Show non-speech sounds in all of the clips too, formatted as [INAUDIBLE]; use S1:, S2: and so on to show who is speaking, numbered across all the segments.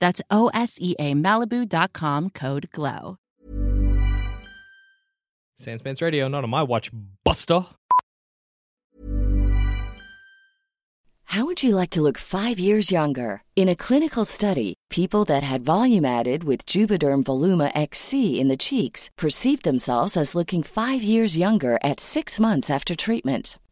S1: That's O S E A Malibu.com code GLOW.
S2: Sandspants Radio, not on my watch, Buster.
S3: How would you like to look five years younger? In a clinical study, people that had volume added with Juvederm Voluma XC in the cheeks perceived themselves as looking five years younger at six months after treatment.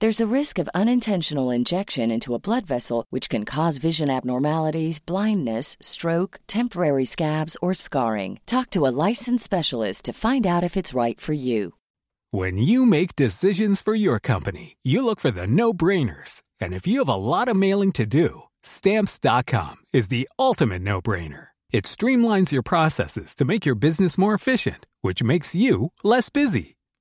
S3: There's a risk of unintentional injection into a blood vessel, which can cause vision abnormalities, blindness, stroke, temporary scabs, or scarring. Talk to a licensed specialist to find out if it's right for you.
S4: When you make decisions for your company, you look for the no brainers. And if you have a lot of mailing to do, stamps.com is the ultimate no brainer. It streamlines your processes to make your business more efficient, which makes you less busy.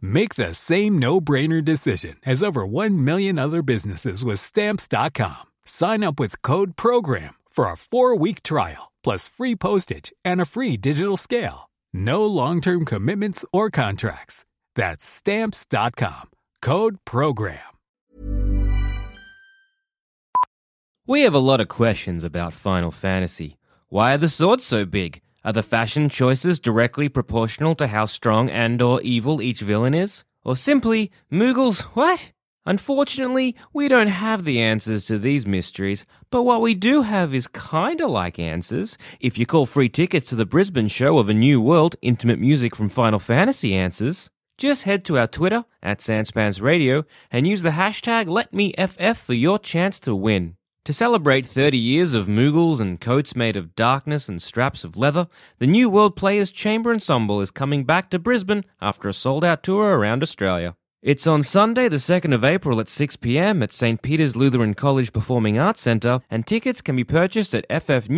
S4: Make the same no brainer decision as over 1 million other businesses with Stamps.com. Sign up with Code Program for a four week trial, plus free postage and a free digital scale. No long term commitments or contracts. That's stamps.com. Code program.
S5: We have a lot of questions about Final Fantasy. Why are the swords so big? Are the fashion choices directly proportional to how strong and or evil each villain is? Or simply, Moogles, what? Unfortunately, we don't have the answers to these mysteries, but what we do have is kinda like answers. If you call free tickets to the Brisbane show of A New World, intimate music from Final Fantasy answers, just head to our Twitter, at Sanspans Radio, and use the hashtag LetMeFF for your chance to win. To celebrate 30 years of Moogles and coats made of darkness and straps of leather, the New World Players Chamber Ensemble is coming back to Brisbane after a sold out tour around Australia. It's on Sunday, the 2nd of April at 6pm at St. Peter's Lutheran College Performing Arts Centre, and tickets can be purchased at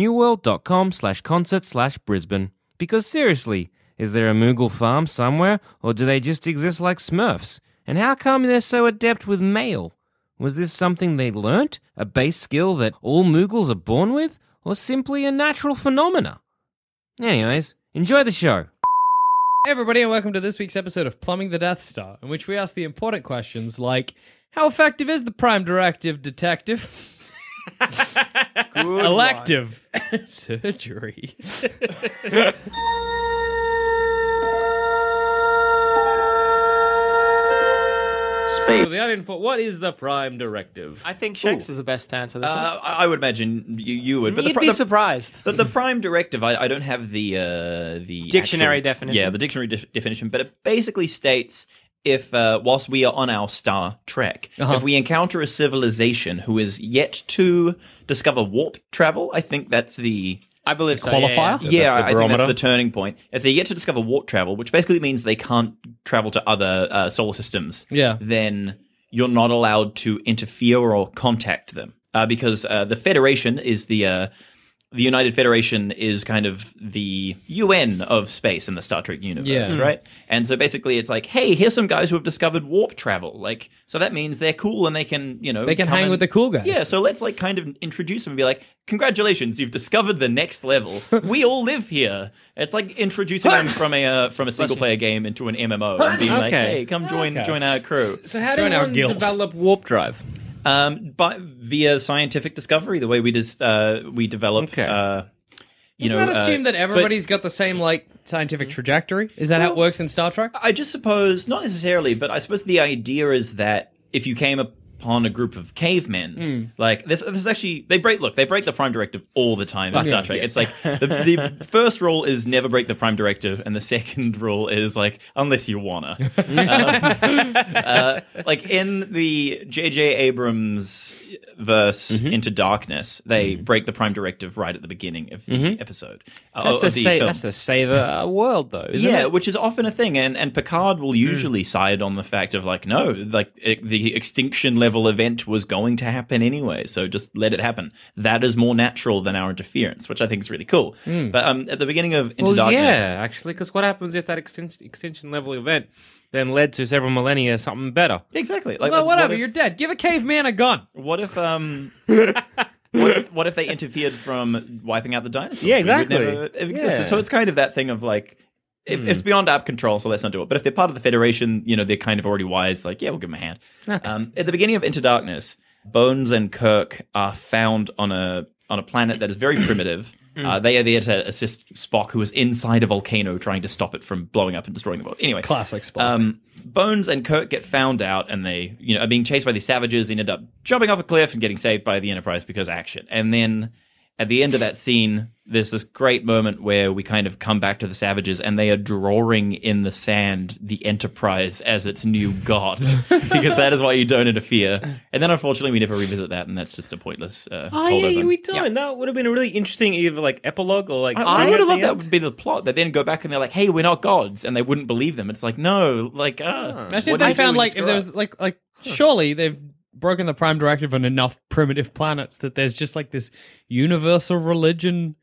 S5: ffnewworld.com slash concert slash Brisbane. Because seriously, is there a Moogle farm somewhere, or do they just exist like Smurfs? And how come they're so adept with mail? Was this something they learnt? A base skill that all Moogles are born with? Or simply a natural phenomena? Anyways, enjoy the show.
S2: Hey everybody, and welcome to this week's episode of Plumbing the Death Star, in which we ask the important questions like How effective is the Prime Directive Detective? Elective [LAUGHS] surgery.
S6: Space.
S2: the audience for what is the Prime Directive?
S7: I think Shanks is the best answer. This
S8: Uh, I I would imagine you, you would,
S7: one.
S8: but
S7: You'd
S8: the, pri-
S7: be
S8: the-
S7: [LAUGHS] surprised.
S8: the, the prime directive, I, I don't have the uh, the
S7: Dictionary
S8: actual-
S7: definition.
S8: Yeah, the dictionary def- definition, but it basically states if uh, whilst we are on our Star Trek,
S7: Uh-huh.
S8: if we encounter a civilization who is yet to discover warp travel, I think that's the
S7: I believe so.
S2: Qualifier?
S7: Yeah, yeah.
S2: That's
S8: yeah,
S5: the
S8: I think that's
S5: barometer.
S8: the turning point. If they get to discover warp travel, which basically means they can't travel to other uh, solar systems,
S2: Yeah.
S8: then you're not allowed to interfere or contact them uh, because uh, the Federation is the uh, the United Federation is kind of the UN of space in the Star Trek universe,
S2: Yeah. Mm.
S8: right? And so basically, it's like, hey, here's some guys who have discovered warp travel. Like, so that means they're cool and they can, you know,
S2: They can
S8: come
S2: hang
S8: and-
S2: with the cool guys.
S8: Yeah, so let's like kind of introduce them and be like, congratulations, you've discovered the
S5: [LAUGHS]
S8: next level. we all live here. It's like introducing them from a uh, from a single player game into an MMO and being like,
S5: Okay.
S8: hey, come join join our crew.
S5: So how
S2: Join
S5: do
S2: our
S5: one
S2: guild.
S5: develop warp drive?
S8: Um, but via scientific discovery, the way we dis- uh, we develop.
S5: Okay.
S8: Uh,
S2: You
S8: you know,
S2: not
S8: uh,
S2: assume that
S8: but- Mm.
S2: everybody's got the same like scientific trajectory. Is that how it
S8: Well- uh,
S2: works in Star Trek?
S8: I just suppose not necessarily, but I suppose the idea is that if you came upon a group of cavemen,
S5: Hmm.
S8: like this, this is actually they break. Look, they break the prime directive all the time in Star Trek. It's like the,
S5: [LAUGHS]
S8: the first rule is never break the prime directive, and the second [LAUGHS] rule is like unless you
S5: [LAUGHS]
S8: wanna. um, uh, like in the J.J. Abrams verse
S5: Mm-hmm.
S8: into darkness, they break the prime directive right at the beginning of the episode. uh,
S5: That's
S8: of
S5: Mm-hmm. to
S8: the
S5: say,
S8: film.
S5: that's to save a, a world though. Isn't
S8: yeah,
S5: it? Hmm.
S8: which is often a thing, and and Picard will usually side on the fact of like, no, like it, the extinction level event was going to happen anyway, so just let it happen. That is more natural than our interference, which I think is really cool. But um, at the beginning of
S5: Hmm.
S8: Into
S5: Well,
S8: Darkness,
S5: yeah, actually, because what happens if that extension, extension level event then led to several millennia something better?
S8: exactly. Like,
S2: Well,
S8: like,
S2: whatever,
S8: What if,
S2: you're dead. Give a caveman a gun.
S8: what if um. what, if, what if they interfered from wiping out the dinosaurs?
S5: Yeah,
S8: We would
S5: exactly.
S8: never have existed.
S5: Yeah. Hmm.
S8: So it's kind of that thing of like, if, it's beyond our control, so let's not do it. But if they're part of the Federation, you know, they're kind of already wise. Like, yeah, we'll give them a hand. Um, at the beginning of Into Darkness, Bones and Kirk are found on a on a planet that is very
S5: [COUGHS]
S8: primitive. Uh, they are there to assist Spock, who is inside a volcano trying to stop it from blowing up and destroying the world. Anyway,
S2: Classic Spock.
S8: Um, Bones and Kirk get found out, and they you know are being chased by these savages. And end up jumping off a cliff and getting saved by the Enterprise because action. And then at the end of that scene, there's this great moment where we kind of come back to the savages, and they are drawing in the sand the Enterprise as its new god because that is why you don't interfere. And then unfortunately, we never revisit that, and that's just a pointless. Uh,
S5: Oh
S8: holdover.
S5: yeah, we
S8: Yeah.
S5: don't. That would have been a really interesting either like epilogue or like.
S8: I, I
S5: stinger
S8: would
S5: at
S8: have
S5: the
S8: loved that
S5: end.
S8: would be the plot. They then go back and they're like, "Hey, we're not gods," and they wouldn't believe them. It's like, no, like, uh,
S2: Imagine if
S8: what do
S2: they
S8: you do when
S2: found
S8: you
S2: like
S8: screw
S2: if there
S8: up?
S2: was like like surely they've broken the prime directive on enough primitive planets that there's just like this universal religion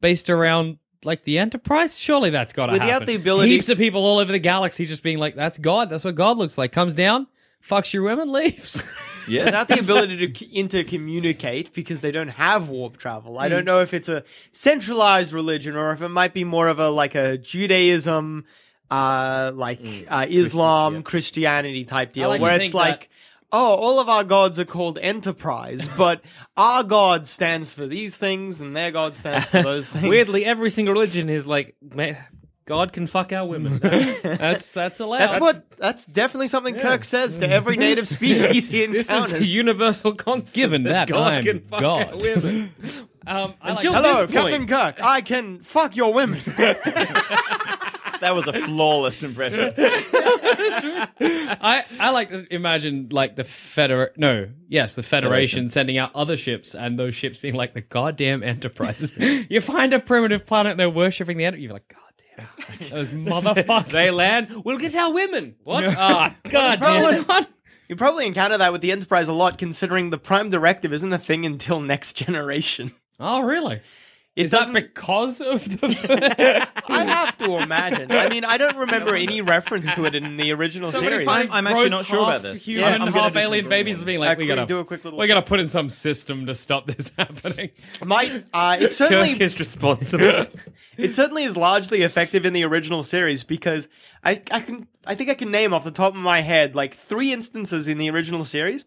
S2: based around like the Enterprise. Surely that's got to
S8: Without
S2: happen.
S8: the ability-
S2: heaps of people all over the galaxy just being like, "That's God. That's what God looks like." Comes down, fucks your women, leaves. [LAUGHS]
S8: yeah.
S7: Without the ability to c- intercommunicate because they don't have warp travel. I don't know if it's a centralized religion or if it might be more of a like a Judaism, uh, like uh, Islam, Christianity type deal,
S2: like to
S7: where
S2: think
S7: it's like. Oh, all of our gods are called enterprise, but our god stands for these things and their god stands for those things.
S5: [LAUGHS] Weirdly, every single religion is like, "Ma- God can fuck our [LAUGHS] women.
S2: that's that's allowed.
S7: that's, what that's definitely something Kirk says to every native species he
S5: this
S7: encounters.
S5: is a universal constant.
S2: Given that
S5: God
S2: I'm
S5: can fuck
S2: God.
S5: our [LAUGHS] women.
S2: Um, I like
S5: Until
S2: that.
S7: Hello,
S5: this point-
S7: Captain Kirk. I can fuck your women.
S8: that was a flawless impression.
S2: I, I like to imagine like the feder no yes the federation, sending out other ships and those ships being like the goddamn enterprises [LAUGHS] you find a primitive planet and they're worshipping the enterprise you're like
S5: [LAUGHS]
S2: goddamn those motherfuckers
S5: They land. We'll get our women. [LAUGHS] What? Ah, God damn.
S2: What?
S7: [LAUGHS] You probably encounter that with the Enterprise a lot, considering the Prime Directive isn't a thing until next [LAUGHS] generation.
S2: oh really
S7: It
S2: is that
S7: doesn't-
S2: because of
S5: [LAUGHS]
S2: the
S7: I have to imagine. I mean, I don't [LAUGHS] remember any reference to it in the original series.
S8: finds- I'm actually
S2: Gross
S8: not sure about
S2: half
S8: this.
S2: human
S7: Yeah, I'm gonna
S2: half
S8: do some
S2: alien babies being
S7: Uh,
S2: like
S7: can
S2: we
S7: we
S2: gotta
S7: do a quick little-
S2: we gotta put in some system to stop this [LAUGHS] happening
S7: Might uh, it certainly
S5: Kirk is responsible.
S7: it certainly is largely effective in the original series because I, I can I think I can name off the top of my head like three instances in the original series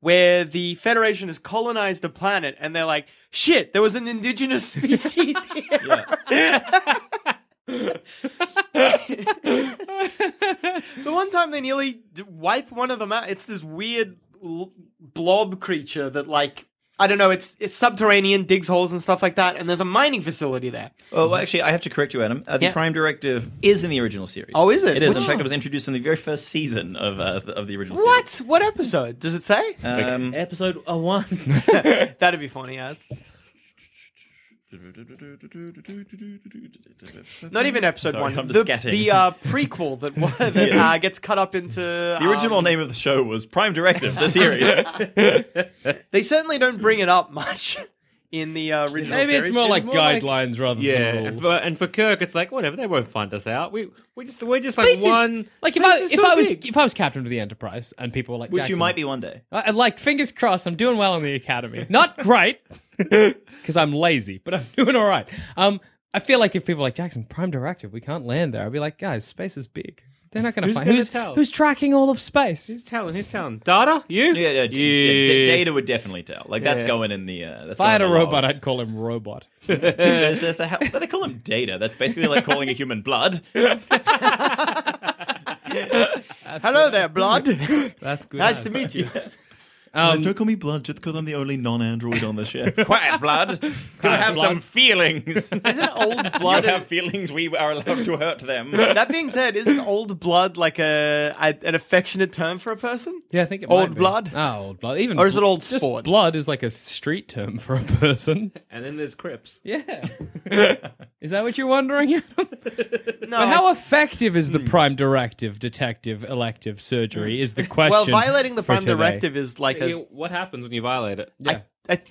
S7: where the Federation has colonized a planet and they're like, shit, there was an indigenous [LAUGHS] species here. the one time they nearly d- wipe one of them out, it's this weird l- blob creature that like I don't know, it's it's subterranean, digs holes and stuff like that, and there's a mining facility there.
S8: Oh, well, actually, I have to correct you, Adam. Uh, the
S5: Yeah.
S8: Prime Directive is in the original series.
S7: Oh, is it?
S8: It is. In
S7: Which-
S8: fact, it was introduced in the very first season of uh, th- of the original
S7: What? What episode? Does it say?
S8: Uh, series. Um,
S5: Episode one.
S7: That'd be funny, as. Not even episode
S8: Sorry,
S7: one.
S8: I'm
S7: the
S8: just scatting.
S7: the uh, prequel that wa- that uh, gets cut up into um,
S8: The original name of the show was Prime Directive, the series.
S7: They certainly don't bring it up much [LAUGHS] in the uh, original.
S2: [LAUGHS] Maybe it's
S7: series.
S2: more like
S5: more like-
S2: guidelines rather than
S5: Yeah, and
S2: rules.
S5: for, and for Kirk, it's like whatever. They won't find us out. We we just we're just
S2: Space is-
S5: like one.
S2: like if
S5: space
S2: I
S5: is
S2: if
S5: so
S2: I was
S5: big.
S2: if I was captain of the Enterprise and people were like,
S8: which you
S2: "Jackson,
S8: might be one day.
S2: I- and like fingers crossed, I'm doing well in the academy. Not great [LAUGHS] because I'm lazy, but I'm [LAUGHS] doing all right. Um, I feel like if people are like Jackson Prime Directive, we can't land there. I'd be like, guys, space is big. They're not going to
S5: Who's
S2: find
S5: gonna
S2: who's
S5: tell?
S2: who's tracking all of space.
S5: who's telling? Who's telling? Data? You?
S8: Yeah, yeah, d- yeah, d- data would definitely tell. Like that's
S5: Yeah.
S8: going in the. Uh, that's
S2: if I had a
S8: going in the
S2: robot,
S8: logs. [LAUGHS]
S2: I'd call him Robot.
S8: there's, there's a, hel- but they call him data. That's basically like calling a human blood.
S7: Hello there, blood. [LAUGHS]
S2: That's good.
S7: nice to meet you.
S8: Don't call me blood just because I'm the only non-android on the ship. [LAUGHS] Quiet, blood. You have some [LAUGHS] feelings.
S7: Isn't
S8: [LAUGHS]
S7: old
S8: you
S7: blood?
S8: have feelings. We are allowed to hurt [LAUGHS] them.
S7: that being said, isn't old blood like a, a an affectionate term for a person?
S2: Yeah, I think it
S7: Old
S2: might be.
S7: blood?
S2: Oh, old blood. Even
S7: Or is it old
S2: just
S7: sport?
S2: Blood is like a street term for a person.
S5: And then there's Crips.
S8: [LAUGHS]
S2: Yeah. is that what you're wondering? Adam?
S7: [LAUGHS] No.
S2: But how effective is the prime directive detective elective surgery is the question.
S7: well, violating the
S2: for
S7: prime
S2: today.
S7: directive is like
S5: You
S7: a,
S5: know, what happens when you violate it?
S2: Yeah.
S7: I- I-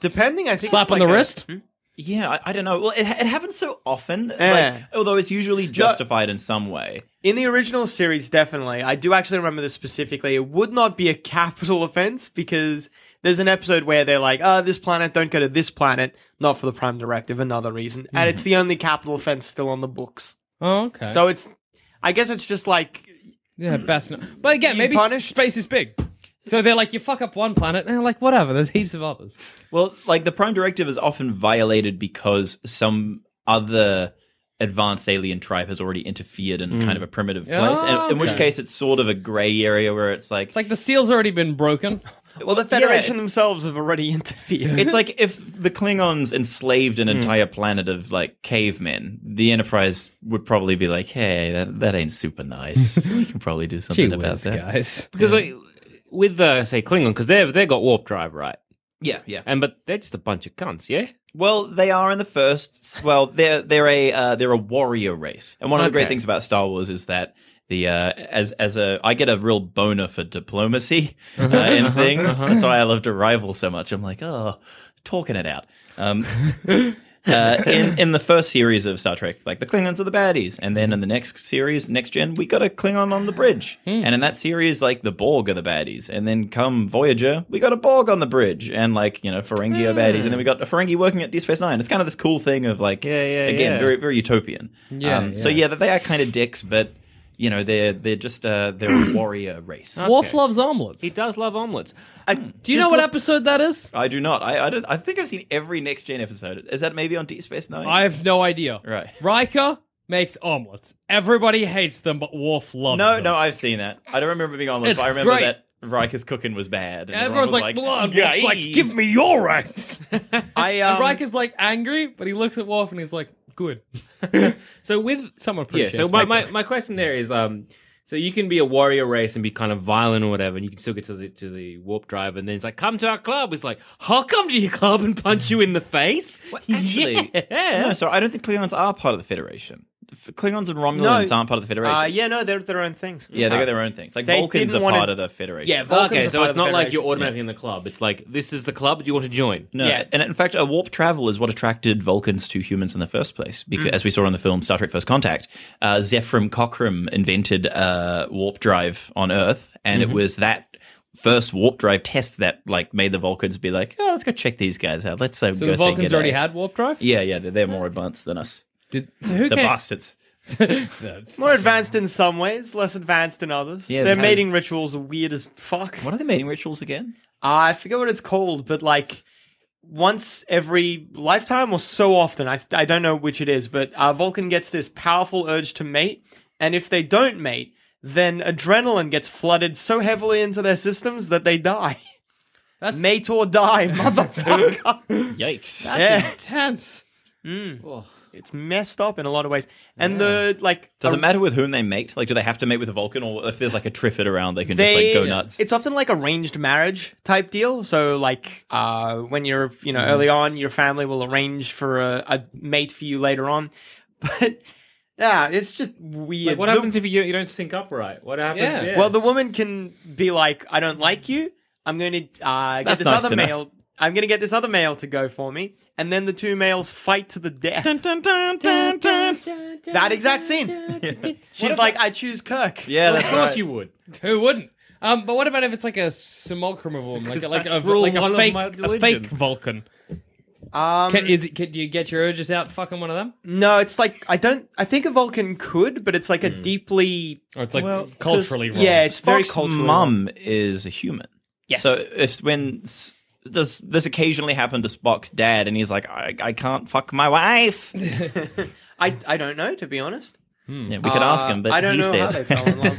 S7: depending. I think
S2: Slap
S7: it's
S2: on the
S7: like a- Hmm?
S2: wrist?
S8: Yeah, I, I don't know. Well, it, it happens so often.
S7: Eh.
S8: Like, although it's usually justified in some way.
S7: In the original series, definitely. I do actually remember this specifically. It would not be a capital [LAUGHS] offense because there's an episode where they're like, oh, this planet, don't go to this planet, not for the Prime Directive, another reason. And
S8: Mm-hmm.
S7: it's the only capital offense still on the books.
S2: Oh, okay.
S7: So it's, I guess it's just like,
S2: yeah, best not. But again,
S7: You
S2: maybe s-
S7: punished?
S2: space is big. So they're like, you fuck up one planet, and they're like, whatever. There's heaps of others.
S8: Well, like the Prime Directive is often violated because some other advanced alien tribe has already interfered in kind of a primitive place.
S2: Oh,
S8: in, in which
S2: okay.
S8: case, it's sort of a grey area where it's like,
S2: It's like the seal's already been broken.
S8: well, the
S7: Federation
S8: it's,
S7: themselves have already [LAUGHS]
S2: [LAUGHS]
S7: interfered.
S8: it's like if the Klingons enslaved
S2: Hmm.
S8: an entire planet of like cavemen, the Enterprise would probably be like, "Hey, that, that ain't
S2: [LAUGHS]
S8: super nice. we can probably do something
S2: Gee
S8: about
S2: whiz,
S8: that."
S2: guys.
S5: Because like with uh, say Klingon, because they have they got warp drive right,
S8: Yeah, yeah.
S5: and but they're just a bunch of cunts. Yeah.
S8: Well, they are in the first. Well, they're they're a uh, they're a warrior race, and one of the great
S5: Okay.
S8: things about Star Wars is that the uh, as as a I get a real boner for diplomacy [LAUGHS] uh,
S2: Uh-huh,
S8: in things. That's why I love to rival so much. I'm like, oh, talking it out. Um, uh,
S2: [LAUGHS]
S8: in in the first series of Star Trek, like the Klingons are the baddies, and then in the next series, Next Gen, we got a Klingon on the bridge,
S2: Hmm.
S8: and in that series, like the Borg are the baddies, and then come Voyager, we got a Borg on the bridge, and like you know Ferengi are baddies, and then we got a Ferengi working at Deep Space Nine. It's kind of this cool thing of like,
S5: Yeah, yeah,
S8: again,
S5: yeah.
S8: very very utopian. Um,
S2: Yeah,
S8: So
S2: yeah.
S8: yeah, that they are kind of dicks, but you know they're they're just uh,
S2: [COUGHS]
S8: they're a warrior race.
S2: Worf loves omelets.
S5: He does love omelets.
S2: Do you know what episode that is?
S8: I do not. I I, don't, I think I've seen every Next Gen episode. Is that maybe on Deep Space Nine?
S2: I have no idea.
S8: Right.
S2: Riker makes omelets. Everybody hates them, but Worf loves
S8: No,
S2: them.
S8: no, I've seen that. I don't remember being on this,
S2: It's
S8: but I remember
S2: great.
S8: that Riker's cooking was bad. And everyone
S2: Everyone's
S8: was
S2: like,
S8: like,
S2: blood.
S8: "Yeah,
S2: Worf's like,
S8: ee."
S2: give me your eggs.
S7: I, um,
S2: and Riker's like angry, but he looks at Worf and he's like, good.
S5: So with
S2: Someone
S5: yeah.
S2: appreciates
S5: So my, my, my question there is um. So you can be a warrior race and be kind of violent or whatever, and you can still get to the to the warp drive, and then it's like, come to our club. It's like, I'll come to your club and punch you in the face. [LAUGHS]
S8: Actually,
S5: yeah.
S8: no, sorry, I don't think Klingons are part of the Federation. F- Klingons and Romulans
S7: No.
S8: aren't part of the Federation.
S7: uh, yeah, no, they're their own things.
S8: yeah, they got their own things. Like
S7: They
S8: Vulcans
S7: didn't
S8: are
S7: wanna-
S8: part of the Federation.
S7: Yeah, Vulcans
S5: okay,
S7: are
S5: so
S7: part
S5: it's
S7: of the
S5: not like you're
S7: Federation.
S5: automatically in the club. It's like this is the club. Do you want to join?
S8: No,
S7: Yeah.
S8: and in fact, a warp travel is what attracted Vulcans to humans in the first place, because
S2: Mm.
S8: as we saw in the film Star Trek: First Contact, uh, Zephram Cochrane invented uh, warp drive on Earth, and
S2: Mm-hmm.
S8: it was that first warp drive test that like made the Vulcans be like, "Oh, let's go check these guys out. Let's uh,
S2: So
S8: go
S2: the
S8: say
S2: Vulcans
S8: g'day."
S2: already had warp drive?
S8: Yeah, yeah, they're, they're more advanced than us.
S2: Did, so who
S8: The
S2: came-
S8: bastards.
S7: More advanced in some ways, less advanced in others.
S8: Yeah,
S7: Their
S8: they-
S7: mating rituals are weird as fuck.
S8: What are the mating rituals again?
S7: I forget what it's called, but like once every lifetime or so often, I, I don't know which it is, but uh, Vulcan gets this powerful urge to mate. And if they don't mate, then adrenaline gets flooded so heavily into their systems that they die. [LAUGHS]
S2: That's
S7: Mate or die, motherfucker.
S8: Yikes!
S7: yeah.
S2: intense.
S7: it's messed up in a lot of ways. And the like
S8: Does
S7: a-
S8: it matter with whom they mate? Like, do they have to mate with a Vulcan, or if there's like a Triffid around, they can
S7: They-
S8: just like go nuts?
S7: It's often like arranged marriage type deal. So like uh, when you're you know
S8: Mm-hmm.
S7: early on, your family will arrange for a, a mate for you later on. [LAUGHS] But yeah, it's just weird.
S5: Like, what
S7: The-
S5: happens if you you don't sync up right? What happens?
S2: Yeah.
S7: Well, the woman can be like, "I don't like you. I'm going to uh, get
S8: That's
S7: this
S8: nice
S7: other
S8: to know.
S7: male. I'm going to get this other male to go for me." And then the two males fight to the death. That exact scene.
S8: [LAUGHS]
S7: She's like, "I choose Kirk."
S8: yeah,
S5: of
S8: that's
S5: course
S8: right.
S5: you would.
S2: Who wouldn't? Um, but what about if it's like a simulacrum of one, like like a,
S5: that's rule
S2: like
S5: one
S2: a
S5: of
S2: fake
S5: my
S2: a
S5: religion.
S2: fake Vulcan?
S7: Um,
S2: Can, is it, can, do you get your urges out fucking one of them?
S7: no, it's like I don't. I think a Vulcan could, but it's like a
S8: Hmm.
S7: deeply
S2: Or it's like
S8: Well,
S2: culturally wrong.
S7: yeah, it's very
S8: Spock's
S7: cultural.
S8: mum is a human.
S7: Yes.
S8: So if when s- does this occasionally happen to Spock's dad, and he's like, I, I can't fuck my
S7: [LAUGHS]
S8: wife.
S7: Hmm.
S8: yeah,
S7: I I don't know to be honest. Uh,
S8: we could ask him, but
S7: I don't
S8: he's
S7: know
S8: dead. [LAUGHS]
S7: how they fell in love.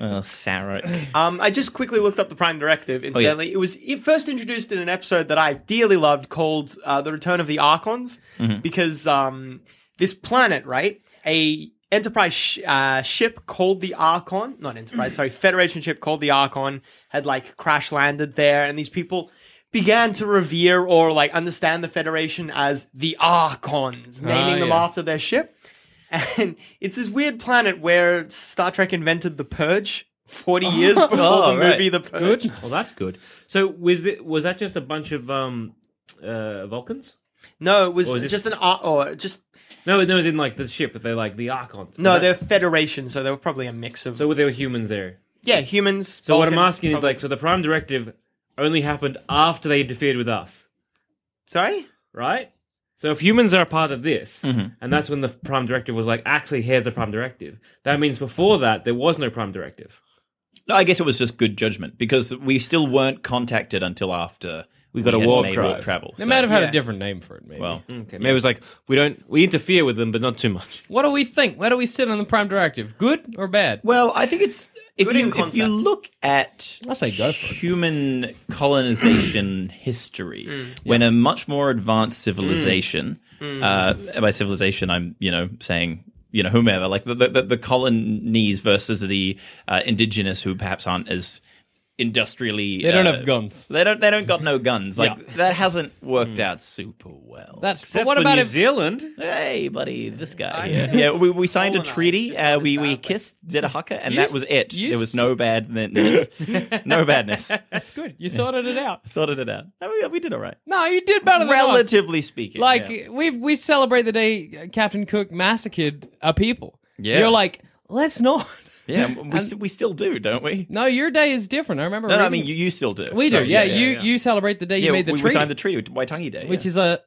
S8: well, Sarek.
S7: Um, I just quickly looked up the Prime Directive. Incidentally, it was it first introduced in an episode that I dearly loved called uh, "The Return of the Archons," because um, this planet, right, a Enterprise sh- uh, ship called the Archon, not Enterprise, sorry, Federation ship called the Archon had like crash landed there, and these people began to revere or like understand the Federation as the Archons, naming them
S2: yeah.
S7: after their ship. And it's this weird planet where Star Trek invented the Purge 40 years [LAUGHS] before
S8: Oh,
S7: the
S8: right.
S7: movie The Purge.
S2: good.
S5: Well, that's good. So was it was that just a bunch of um uh Vulcans?
S7: No, it was
S5: Or is this-
S7: just an ar- or just
S5: No, no, it was in like the ship, but they're like the Archons.
S7: no,
S5: Was
S7: they're
S5: that-
S7: Federation, so they were probably a mix of
S5: so were there humans there.
S7: yeah, humans.
S5: So what I'm
S7: Vulcans,
S5: asking is
S7: probably-
S5: like, so the Prime Directive only happened after they interfered with us,
S7: sorry,
S5: right? So if humans are a part of this, and that's when the Prime Directive was like, actually, here's the Prime Directive. That means before that there was no Prime Directive.
S8: No, I guess it was just good judgment because we still weren't contacted until after we
S9: got a
S8: had
S9: warp
S8: made
S9: drive.
S8: travel.
S2: They
S8: so-
S2: might have had
S7: yeah.
S2: a different name for it. Maybe.
S8: well,
S7: Hmm.
S5: Okay, maybe it was like we don't we interfere with them, but not too much.
S2: what do we think? Where do we sit on the Prime Directive? Good or bad?
S8: well, I think it's if
S7: Good in
S8: you if you
S7: concept.
S8: look at
S2: I say go for it.
S8: human colonization [CLEARS THROAT] history
S7: Mm.
S8: when a much more advanced civilization
S7: Mm.
S8: Uh, by civilization i'm you know saying you know whomever like the, the, the colonies versus the uh, indigenous who perhaps aren't as industrially
S2: They don't
S8: uh,
S2: have guns. Mm.
S8: they don't they don't got
S2: [LAUGHS]
S8: no guns like that hasn't worked out super well
S2: That's but
S5: Except
S2: what
S5: for
S2: about
S5: New
S2: if
S5: Zealand?
S8: Hey, buddy, this guy.
S7: I
S8: here.
S7: think
S8: Yeah, we, we signed a
S7: colonized,
S8: treaty.
S7: just not
S8: Uh,
S7: as
S8: we we
S7: badly.
S8: kissed, did a haka, and
S2: You
S8: that
S2: s-
S8: was it.
S2: you
S8: There was
S2: s- [LAUGHS]
S8: no badness. no badness.
S2: that's good? You sorted it
S8: [LAUGHS]
S2: out.
S8: Sorted it out. No, we, we did all right.
S2: No, you did better than us.
S8: Relatively speaking.
S2: Like
S8: yeah.
S2: we we celebrate the day Captain Cook massacred a people.
S8: Yeah.
S2: You're like, let's not. [LAUGHS]
S8: yeah, we, s- we still do, don't we?
S2: No, your day is different. I remember.
S8: No, no, I
S2: reading-
S8: mean, you, you still do.
S2: we do.
S8: No,
S2: yeah, you
S5: yeah.
S2: you celebrate the day
S8: Yeah,
S2: you made the
S8: we, we
S2: treaty,
S8: signed the treaty, Waitangi Day.
S2: which
S8: yeah.
S2: is a,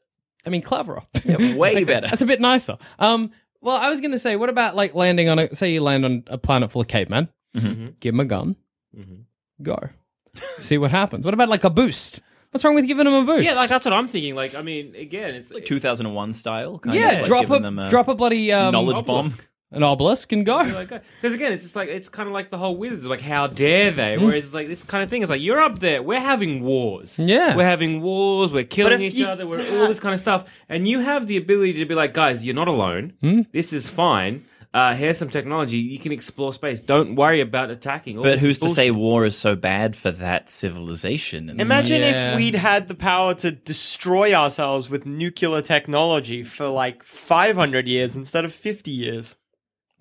S2: I mean, cleverer.
S8: [LAUGHS]
S2: [LAUGHS]
S8: way better.
S2: That's a bit nicer. Um, well, I was gonna say, what about like landing on a say you land on a planet full of cavemen?
S8: Mm-hmm.
S2: Give them a gun, go, see what happens. What about like a boost? What's wrong with giving them a boost?
S5: Yeah, like that's what I'm thinking. Like, I mean, again, it's like
S8: 2001 style. Kind
S2: yeah,
S8: of, like
S2: drop
S8: giving
S2: a,
S8: them a
S2: drop a bloody um,
S8: knowledge bomb.
S2: an obelisk and go.
S5: because "Oh," again, it's just like it's kind of like the whole wizards, like how dare they?
S8: Mm.
S5: Whereas it's like this kind of thing is like you're up there, we're having wars,
S2: Yeah.
S5: we're having wars, we're killing
S7: if
S5: each
S7: you-
S5: other, we're all this kind of stuff, and you have the ability to be like, guys, you're not alone.
S8: Hmm?
S5: This is fine. Uh, here's some technology you can explore space. Don't worry about attacking. All
S8: But
S5: this
S8: who's to
S5: bullshit.
S8: say war is so bad for that civilization? And
S7: imagine
S2: Yeah.
S7: if we'd had the power to destroy ourselves with nuclear technology for like 500 years instead of 50 years.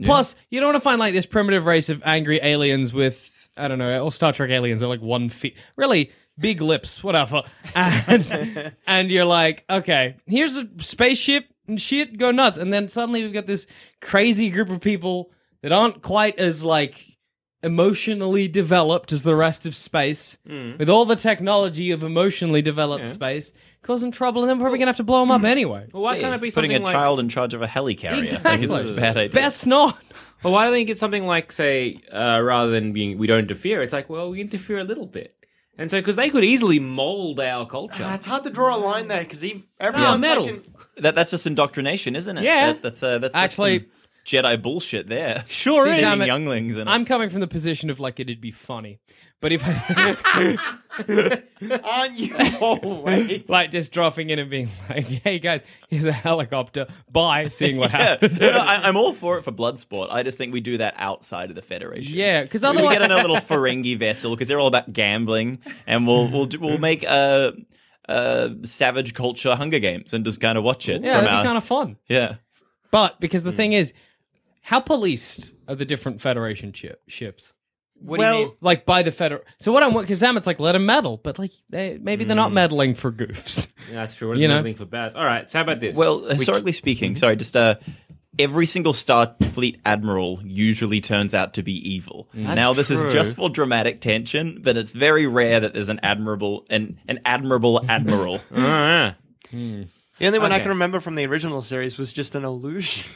S2: Plus, you don't want to find like this primitive race of angry aliens with I don't know, all Star Trek aliens are like one feet, really big lips, whatever. [LAUGHS] And and you're like, okay, here's a spaceship and shit, go nuts. And then suddenly we've got this crazy group of people that aren't quite as like emotionally developed as the rest of space,
S5: Hmm.
S2: with all the technology of emotionally developed space, causing trouble, and then we're probably gonna have to blow them up
S5: [LAUGHS]
S2: anyway.
S5: Well, why can't it be something
S8: putting a
S5: like?
S8: child in charge of a helicarrier? Like, it's just a bad idea.
S2: Best not.
S5: Well, why don't they get something like, say, uh, rather than being we don't interfere, it's like, well, we interfere a little bit. And so, because they could easily mold our culture.
S7: Ah, it's hard to draw a line there because everyone's
S5: metal.
S7: fucking-
S8: That, that's just indoctrination, isn't it?
S5: Yeah.
S8: That, that's uh, that's that's
S2: Actually,
S8: some Jedi
S2: [LAUGHS]
S8: bullshit there.
S5: Sure
S2: See,
S5: is.
S2: now I'm
S8: Sending
S2: at-
S8: younglings and [LAUGHS]
S2: I'm coming from the position of like it'd be funny, but if I [LAUGHS]
S7: Aren't [LAUGHS] you always?
S2: like just dropping in and being [LAUGHS] like, "Hey guys, here's a helicopter," bye, seeing what
S8: [LAUGHS] yeah,
S2: [LAUGHS] happens.
S8: No, no, I, I'm all for it for Bloodsport. I just think we do that outside of the Federation.
S2: Yeah, because
S8: we, we
S2: otherwise,
S8: get in a little Ferengi vessel because they're all about gambling, and we'll we'll do, we'll make a, a savage culture Hunger Games and just kind of watch it.
S2: yeah,
S8: from
S2: that'd
S8: our,
S2: be kind of fun.
S8: yeah.
S2: But because the thing is, how policed are the different Federation ship, ships?
S8: What
S7: well,
S2: Like by the federal. So what I'm because Sam, it's like let them meddle, but like they maybe they're not meddling for goofs.
S5: Yeah, that's true. What
S2: You
S5: you
S2: know?
S5: know, for bats. All right. So how about this?
S8: Well, historically speaking,
S2: Mm-hmm.
S8: sorry, just uh, every single Starfleet admiral usually turns out to be evil.
S2: Mm.
S8: now, this
S5: true.
S8: is just for dramatic tension, but it's very rare that there's an admirable an an admirable
S2: [LAUGHS]
S8: admiral.
S5: All [LAUGHS] right.
S7: the only one I
S5: Okay.
S7: can remember from the original series was just an illusion.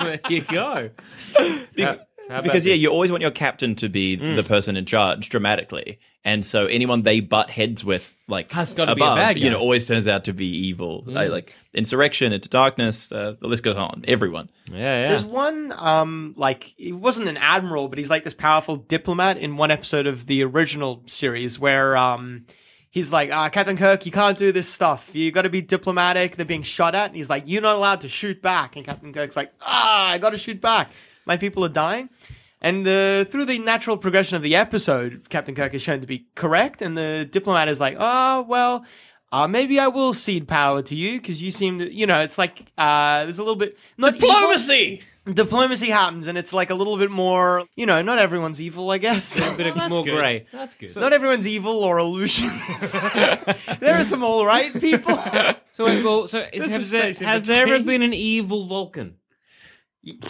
S5: there you go.
S2: Oh,
S5: So how about
S8: because yeah,
S5: this?
S8: you always want your captain to be
S2: Mm.
S8: the person in charge dramatically, and so anyone they butt heads with, like
S2: Has gotta be a
S8: above,
S2: bad guy. Mm.
S8: you know, always turns out to be evil. Like, like insurrection into darkness, uh, the list goes on. Everyone,
S5: yeah, yeah.
S7: There's one, um, like he wasn't an admiral, but he's like this powerful diplomat in one episode of the original series where um, he's like, ah, Captain Kirk, you can't do this stuff. You got to be diplomatic. They're being shot at, and he's like, you're not allowed to shoot back. And Captain Kirk's like, ah, I got to shoot back. My people are dying. And the, through the natural progression of the episode, Captain Kirk is shown to be correct, and the diplomat is like, oh, well, uh, maybe I will cede power to you because you seem to, you know, it's like uh, there's a little bit not evil-
S8: diplomacy.
S7: diplomacy happens and it's like a little bit more you know not everyone's evil i guess
S5: bit of more grey.
S2: That's good.
S7: [LAUGHS] not everyone's evil or illusions [LAUGHS] there are some all right people
S5: So, wait, well, so
S7: There's
S5: is,
S7: some
S5: has, there,
S7: space in
S5: has there ever
S7: between.
S5: been an evil Vulcan? Uh,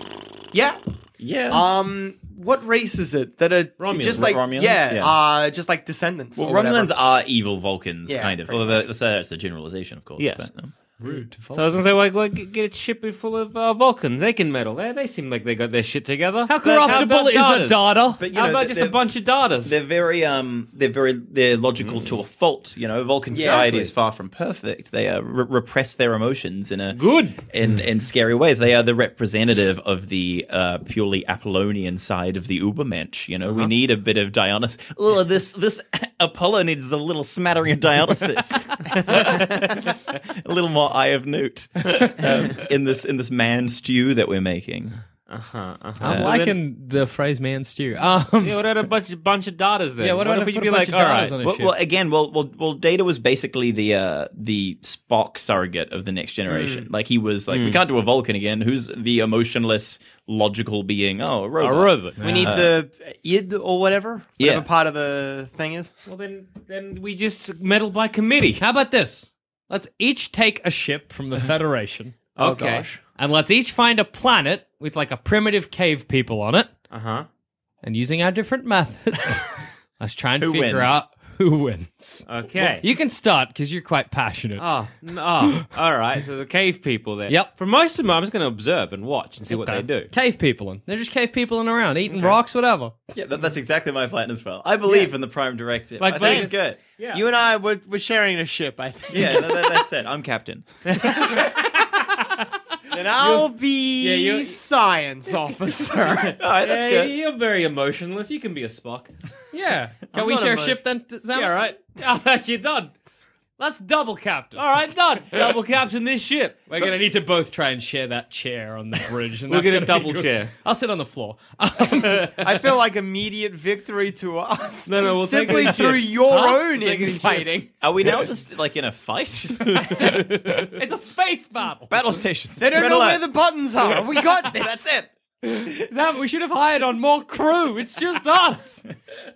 S7: yeah
S8: Yeah,
S7: um what race is it that are
S5: Romulans.
S7: just like
S8: Romulans?
S7: yeah,
S8: Yeah.
S7: uh just like descendants
S8: Well,
S7: or whatever.
S8: Romulans are evil Vulcans,
S7: Yeah,
S8: kind of.
S7: pretty
S8: Although that's, that's a generalization, of course.
S5: Yes.
S8: but, um,
S2: rude.
S5: So I was gonna say, like, like get a ship full of uh, Vulcans. They can meddle. They, they seem like they got their shit together.
S2: How
S5: But how
S2: corruptible
S5: about
S2: is a
S5: Dardas?
S2: data?
S8: But you
S5: How
S8: know,
S5: about
S8: they're-
S5: just a bunch of Dardas?
S8: They're very, um, they're very, they're logical to a fault. You know, Vulcan society is far from perfect. They uh, re- repress their emotions in a
S5: Good.
S8: in in scary ways. They are the representative of the uh, purely Apollonian side of the Ubermensch. You know, we need a bit of Dionysus. Oh, this this [LAUGHS] Apollo needs a little smattering of Dionysus, [LAUGHS] a little more Eye of Newt um, in this in this man stew that we're making.
S5: Uh-huh, uh-huh.
S2: I'm
S5: So then-
S2: liking the phrase "man stew." Um,
S5: yeah, what about a bunch of bunch of Dardas then?
S2: yeah, what,
S5: if
S2: about
S5: you
S2: if
S5: be like, all right,
S2: on a
S8: Well,
S2: ship?
S8: well, again, well, well, well, Data was basically the uh, the Spock surrogate of the next generation. Like he was like, we can't do a Vulcan again. Who's the emotionless, logical being? Oh, a
S5: a
S8: robot.
S5: robot.
S7: we need the id or whatever
S8: Yeah.
S7: whatever part of the thing is
S5: Well, then, then we just meddle by committee.
S2: How about this? Let's each take a ship from the
S5: [LAUGHS]
S2: Federation.
S5: Okay.
S2: And let's each find a planet with like a primitive cave people on it.
S5: Uh huh.
S2: And using our different methods,
S5: [LAUGHS]
S2: let's try and
S8: Who
S2: figure
S8: wins?
S2: out who wins.
S5: Okay.
S2: You can start because you're quite passionate.
S5: Oh, n- [GASPS] oh, all right. So the cave people there.
S2: Yep.
S5: For most of them, I'm just going to observe and watch and see what they do.
S2: Cave people in. They're just cave people in around, eating rocks, whatever.
S8: Yeah, that, that's exactly my plan as well. I believe in the Prime Directive.
S5: Like
S8: I think
S5: Vegas.
S8: it's good.
S5: Yeah.
S7: you and i we're, we're sharing a ship i think
S8: Yeah, that, that- that's it. I'm captain.
S7: and i'll be
S5: Yeah, you-
S7: [LAUGHS] science officer
S8: All right, that's
S5: Hey,
S8: good.
S5: you're very emotionless. You can be a Spock. [LAUGHS]
S2: Yeah. Can
S7: I'm
S2: we
S7: not
S2: share a
S7: emotion-
S2: ship then, t- Sam?
S5: Yeah, all right. [LAUGHS] Oh, you're done.
S2: Let's double captain.
S5: All right, done. [LAUGHS] Double captain this ship.
S2: We're going to need to both try and share that chair on the bridge. And
S5: We're
S2: going to
S5: gonna double chair.
S2: I'll sit on the
S5: [LAUGHS]
S2: floor.
S7: I feel like immediate victory to us.
S5: No, no, we'll take
S7: simply
S5: it in
S7: through
S5: chips.
S7: your
S5: Huh?
S7: own
S5: We'll take it in
S7: infighting.
S8: Are we now just like in a fight?
S2: it's a space battle.
S8: Battle stations.
S7: They don't
S8: Red
S7: know
S8: alert.
S7: where the buttons are. We got [LAUGHS] this.
S8: That's it.
S2: Sam, we should have hired on more crew. It's just us.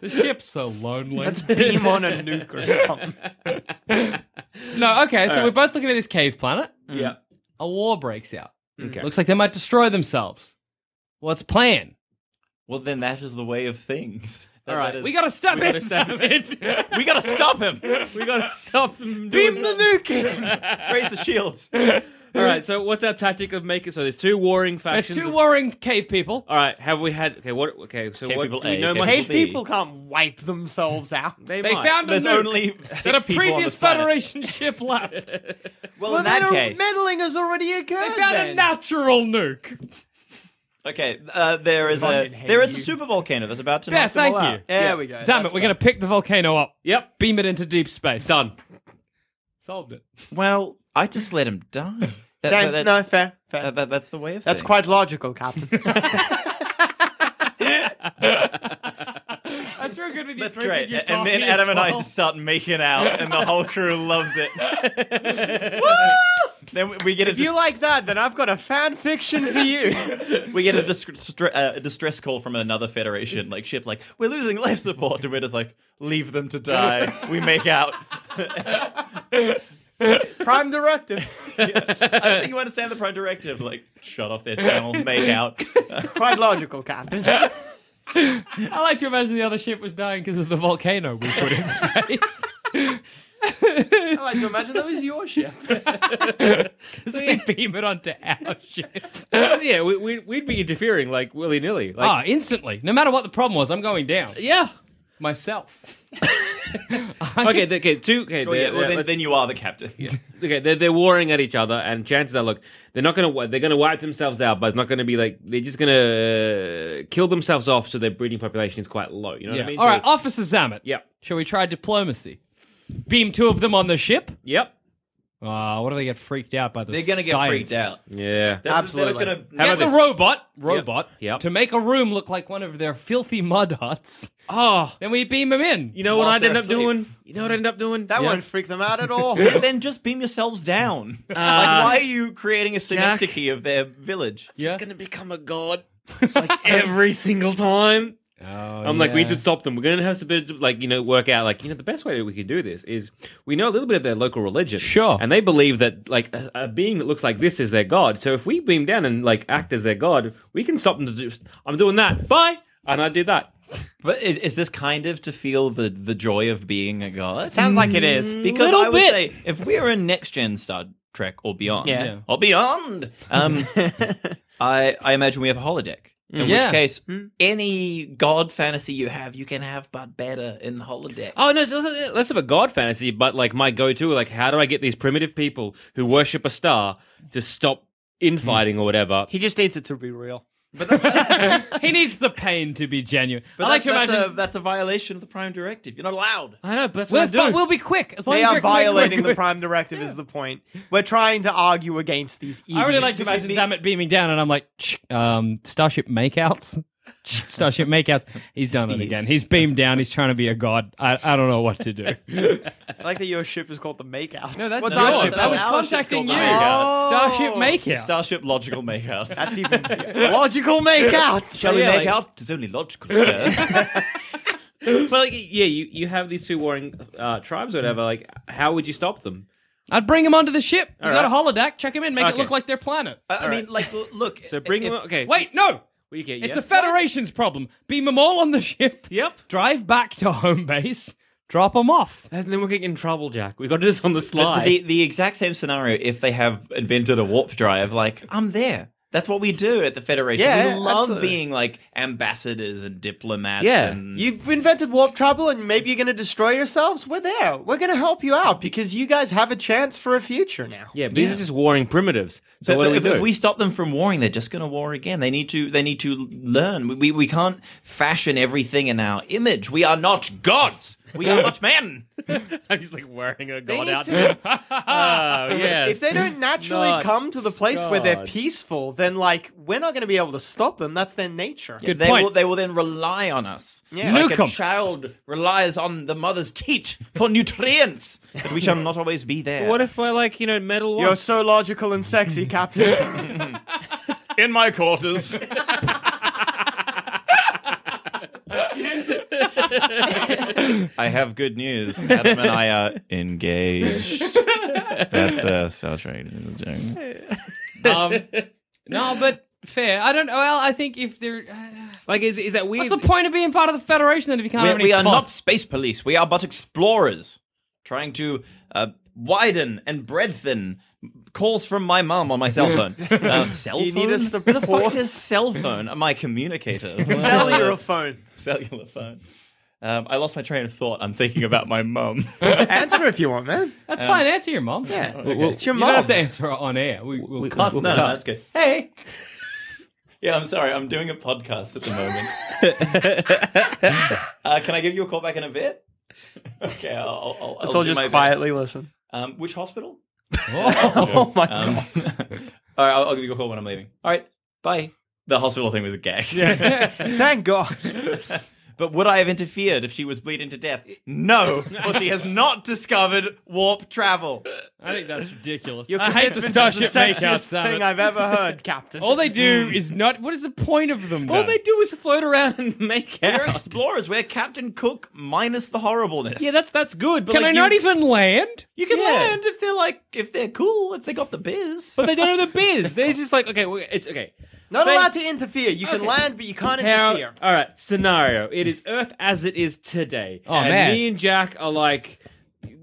S2: The ship's so lonely.
S7: Let's beam on a nuke [LAUGHS] or something.
S2: [LAUGHS] No, okay, so we're both looking at this cave planet.
S8: Yeah.
S2: A war breaks out.
S5: Mm. Okay.
S2: Looks like they might destroy themselves. What's plan?
S8: Well, then that is the way of things. That-
S2: All
S8: that
S2: right,
S8: is-
S2: we gotta step in. [LAUGHS]
S8: [LAUGHS] we gotta stop him.
S5: [LAUGHS] We got to stop them.
S2: Beam
S5: doing
S2: the
S7: [LAUGHS]
S5: that.
S2: nuke. in.
S8: Raise the shields.
S5: All right. So what's our tactic of making? So there's two warring
S2: There's
S5: factions.
S2: two
S5: of- Oh,
S2: warring cave people.
S5: All right. Have we had? Okay. What? Okay. So
S8: Cave
S5: what?
S8: people
S5: do we
S8: A,
S5: know
S8: cave
S5: much-
S7: Cave
S8: be.
S7: people can't wipe themselves out.
S2: They
S5: might.
S2: found a
S8: There's
S2: nuke
S8: only
S2: that
S8: six
S2: a
S8: people on
S2: previous
S8: this planet.
S2: Federation [LAUGHS] ship left. they
S8: Well,
S7: well,
S8: in that
S7: they don't-
S8: case,
S7: meddling has already occurred.
S2: found a
S7: then.
S2: natural nuke.
S8: okay, uh, there is a
S7: Fucking hate
S8: there is a
S7: you.
S8: super volcano that's about to
S2: Yeah,
S8: knock them
S2: thank
S8: all
S2: you.
S8: out.
S7: There we go.
S2: Damn it,
S7: That's
S2: we're going to pick the volcano up,
S5: Yep.
S2: beam it into deep space. Done. Solved it.
S8: Well, I just let him
S7: [LAUGHS]
S8: die. That- that-
S7: Same-
S8: that's,
S7: no, fair, fair.
S8: that- that- that's the way of
S7: That's
S8: things.
S7: quite logical, Captain.
S2: That's real good with you.
S8: That's
S2: drinking
S8: great.
S2: your
S8: And then
S2: coffee
S8: Adam
S2: as
S8: and I
S2: well.
S8: just start making out, and the whole crew loves
S7: [LAUGHS]
S8: it. [LAUGHS] Then we- we get a
S7: if [LAUGHS] you
S8: dis-
S7: like that, then I've got a fan fiction for you. [LAUGHS]
S8: we get a, dis- stre- uh, a distress call from another Federation like ship, like we're losing life support, and we're just like leave them to die. We make out. [LAUGHS]
S7: Prime directive.
S8: I don't think you understand the prime directive. Like shut off their channel, make
S7: [LAUGHS]
S8: out.
S7: Quite
S2: [LAUGHS]
S7: logical, Captain.
S2: I like to imagine the other ship was dying because of the volcano we put in space.
S7: I like to imagine that was your ship.
S2: so we beam it onto our ship.
S5: [LAUGHS] yeah. We, we we'd be interfering like willy nilly. Like
S2: ah, instantly. No matter what the problem was, I'm going down.
S5: yeah.
S2: Myself.
S5: Okay. th- Okay. Two. Okay.
S8: Well, Oh, yeah,
S5: they're-
S8: well, then,
S5: let's-
S8: then you are the captain.
S5: Okay, they're, they're warring at each other, and chances are, look, they're not gonna they're gonna wipe themselves out, but it's not gonna be like they're just gonna uh, kill themselves off, so their breeding population is quite low. You know what I mean?
S2: All
S5: So-
S2: right, Officer Zamet.
S5: Yep.
S2: Shall we try diplomacy? Beam two of them on the ship?
S5: Yep.
S2: Ah, what do they get freaked out by the
S8: [LAUGHS] They're gonna get
S2: science?
S8: freaked out.
S5: Yeah.
S8: They're,
S7: Absolutely.
S8: They're not gonna,
S5: How
S2: Get
S5: about
S2: the
S5: this?
S2: robot, robot,
S5: yep.
S2: to make a room look like one of their filthy mud huts.
S5: Oh,
S2: Then we beam them in.
S5: you know what
S8: Whilst
S5: I'd end
S8: they're
S5: up
S8: asleep.
S5: doing? You know what I'd end up doing?
S7: That won't freak them out at all.
S8: Then- then just beam yourselves down. [LAUGHS] like, why are you creating a
S5: Jack.
S8: synecdoche of their village?
S2: Yeah.
S5: gonna become a god. like every single time.
S2: Oh,
S5: I'm like, we need to stop them. We're gonna have to bit of, like you know work out like you know the best way that we can do this is we know a little bit of their local religion,
S2: Sure.
S5: and they believe that like a, a being that looks like this is their god. So if we beam down and like act as their god, we can stop them to do. I'm doing that. Bye, and I do that.
S8: But is, is this kind of to feel the, the joy of being a god? Mm.
S7: Sounds like it is.
S8: because
S5: little
S8: I would
S5: bit.
S8: say if we're in next gen Star Trek or beyond,
S7: Yeah. Yeah.
S8: or beyond, um, I I imagine we have a holodeck. In
S2: Yeah.
S8: which case,
S7: Hmm.
S8: any god fantasy you have, you can have, but better in the holodeck.
S5: Oh no, so let's let's have a god fantasy, but like my go-to, like how do I get these primitive people who worship a star to stop infighting or whatever?
S7: He just needs it to be real.
S2: [LAUGHS] he needs the pain to be genuine.
S8: But
S2: I like to
S8: that's, that's
S2: imagine
S8: a, that's a violation of the Prime Directive. You're not allowed.
S5: I know, but that's
S2: we'll,
S5: what I
S2: fu-
S5: do.
S2: we'll be quick as long
S7: They
S2: as
S7: are
S2: we're quick, we're
S7: violating the
S2: good.
S7: prime directive. Is the point? We're trying to argue against these. Idiots.
S2: I really like to imagine Zamet beaming down, and I'm like, "Shh, um, Starship makeouts. [LAUGHS] Shh, Starship makeouts. He's done it again. He's beamed down. He's trying to be a god. I, I don't know what to
S8: [LAUGHS]
S2: do.
S7: I like that your ship is called the Makeout.
S2: No, that's
S7: What's
S2: yours.
S7: our
S8: yours.
S7: ship?
S2: I
S8: That
S2: was
S8: Our ship's
S2: contacting you.
S8: called the Makeout.
S2: Starship makeout.
S8: Starship logical makeouts. [LAUGHS]
S7: That's even logical
S2: [LAUGHS]
S7: Makeout.
S8: Shall we
S5: yeah,
S8: make
S5: like-
S8: out? It's only [LAUGHS] logical, sir.
S5: But like, yeah, you, you have these two warring uh, tribes, or whatever. Like, how would you stop them?
S2: I'd bring him onto the ship. We got
S5: right.
S2: a holodeck. Check him in. Make it
S5: Okay.
S2: look like their planet.
S8: I, I mean, like, l- look.
S5: So bring
S8: if-
S5: them. Okay,
S2: Wait, no.
S5: We get
S2: It's
S5: yes.
S2: the Federation's problem. Beam them all on the ship.
S5: Yep.
S2: Drive back to home base. Drop them off.
S5: And then we're getting in trouble, Jack. We got to do this on the
S8: But
S5: slide.
S8: the, the exact same scenario if they have invented a warp drive, like, I'm there. That's what we do at the Federation.
S7: Yeah,
S8: we love
S7: absolutely.
S8: being like ambassadors and diplomats.
S5: Yeah.
S8: And
S7: You've invented warp trouble and maybe you're going to destroy yourselves? We're there. We're going to help you out because you guys have a chance for a future now.
S5: yeah, but these are just warring primitives. So
S8: but,
S5: what
S8: but
S5: do we
S8: if,
S5: do?
S8: if we stop them from warring, they're just going to war again. They need to. They need to learn. We, we we can't fashion everything in our image. We are not gods. We [LAUGHS] are not men.
S5: [LAUGHS] I'm just like wearing a
S7: They
S5: god
S7: need
S5: out.
S7: to-
S5: [LAUGHS] Oh, yes.
S7: If
S5: [LAUGHS]
S7: they don't naturally
S5: Not
S7: come to the place where they're
S5: God.
S7: peaceful, then like we're not going to be able to stop them. That's their nature.
S2: Good
S8: they
S2: point.
S8: will. They will then rely on us.
S7: Yeah.
S2: Nuke
S8: like
S2: 'em.
S8: a child relies on the mother's teat for nutrients. but we shall not always be there.
S5: what if I like you know metal
S7: You're
S5: once?
S7: so logical and sexy,
S2: [LAUGHS]
S7: Captain. [LAUGHS]
S8: in my quarters? I have good news. Adam and I
S7: [LAUGHS]
S8: are engaged. That's a Star Trek joke.
S2: Um, no, but fair. I don't. Well, I think if they're. uh,
S5: like is, is that weird?
S2: What's the point of being part of the Federation then if you can't
S8: We,
S2: have any
S8: we are
S2: fun?
S8: not space police. We are but explorers trying to uh, widen and breadthen calls from my mum on my cell
S7: [LAUGHS]
S8: phone. Uh, cell
S7: Do you need
S8: phone?
S7: us to
S8: Who the fuck
S7: pause?
S8: says cell phone? My communicator. [LAUGHS]
S7: Cellular phone.
S8: Cellular phone. Um, I lost my train of thought. I'm thinking about my mum.
S7: [LAUGHS] Answer if you want, man.
S2: That's fine. Answer your mom.
S7: Yeah.
S2: it's your mom. You don't have to answer it on air. We, we'll
S7: Oh,
S2: cut.
S8: no, no, that's good. Hey. Yeah, I'm sorry. I'm doing a podcast at the moment.
S7: [LAUGHS]
S8: uh, can I give you a call back in a bit? Okay, I'll. I'll, I'll
S7: Let's
S8: I'll do
S7: all
S8: my
S7: just
S8: best.
S7: quietly listen.
S8: Um, which hospital?
S2: [LAUGHS] Oh.
S7: Oh my
S8: Um,
S7: god.
S8: [LAUGHS] all right, I'll, I'll give you a call when I'm leaving. All right, bye. The hospital thing was a gag.
S7: Thank God.
S8: [LAUGHS]
S2: [LAUGHS]
S8: but would I have interfered if she was bleeding to death?
S7: [LAUGHS]
S8: No, for she has not discovered warp travel.
S2: I think that's ridiculous.
S7: Your
S2: I hate the
S7: commitment is
S2: Starship
S7: the
S2: Makeout
S7: sexiest thing
S2: Summit.
S7: I've ever heard, Captain.
S2: All they do is not. What is the point of them?
S5: All
S2: though?
S5: they do is float around and [LAUGHS] make
S8: We're
S5: out.
S8: explorers. We're Captain Cook minus the horribleness.
S5: Yeah, that's that's good. But
S2: Can
S5: like,
S2: I
S5: you-
S2: not even land?
S8: you can
S2: Yeah.
S8: land if they're like if they're cool if they got the biz.
S5: [LAUGHS] But they don't know the biz. They're just like, okay, well, it's okay.
S7: Not
S5: Say-
S7: allowed to interfere. You can land, but you can't
S5: How-
S7: interfere.
S5: all right, scenario. It is Earth as it is today.
S2: Oh,
S5: and
S2: man.
S5: me and Jack are like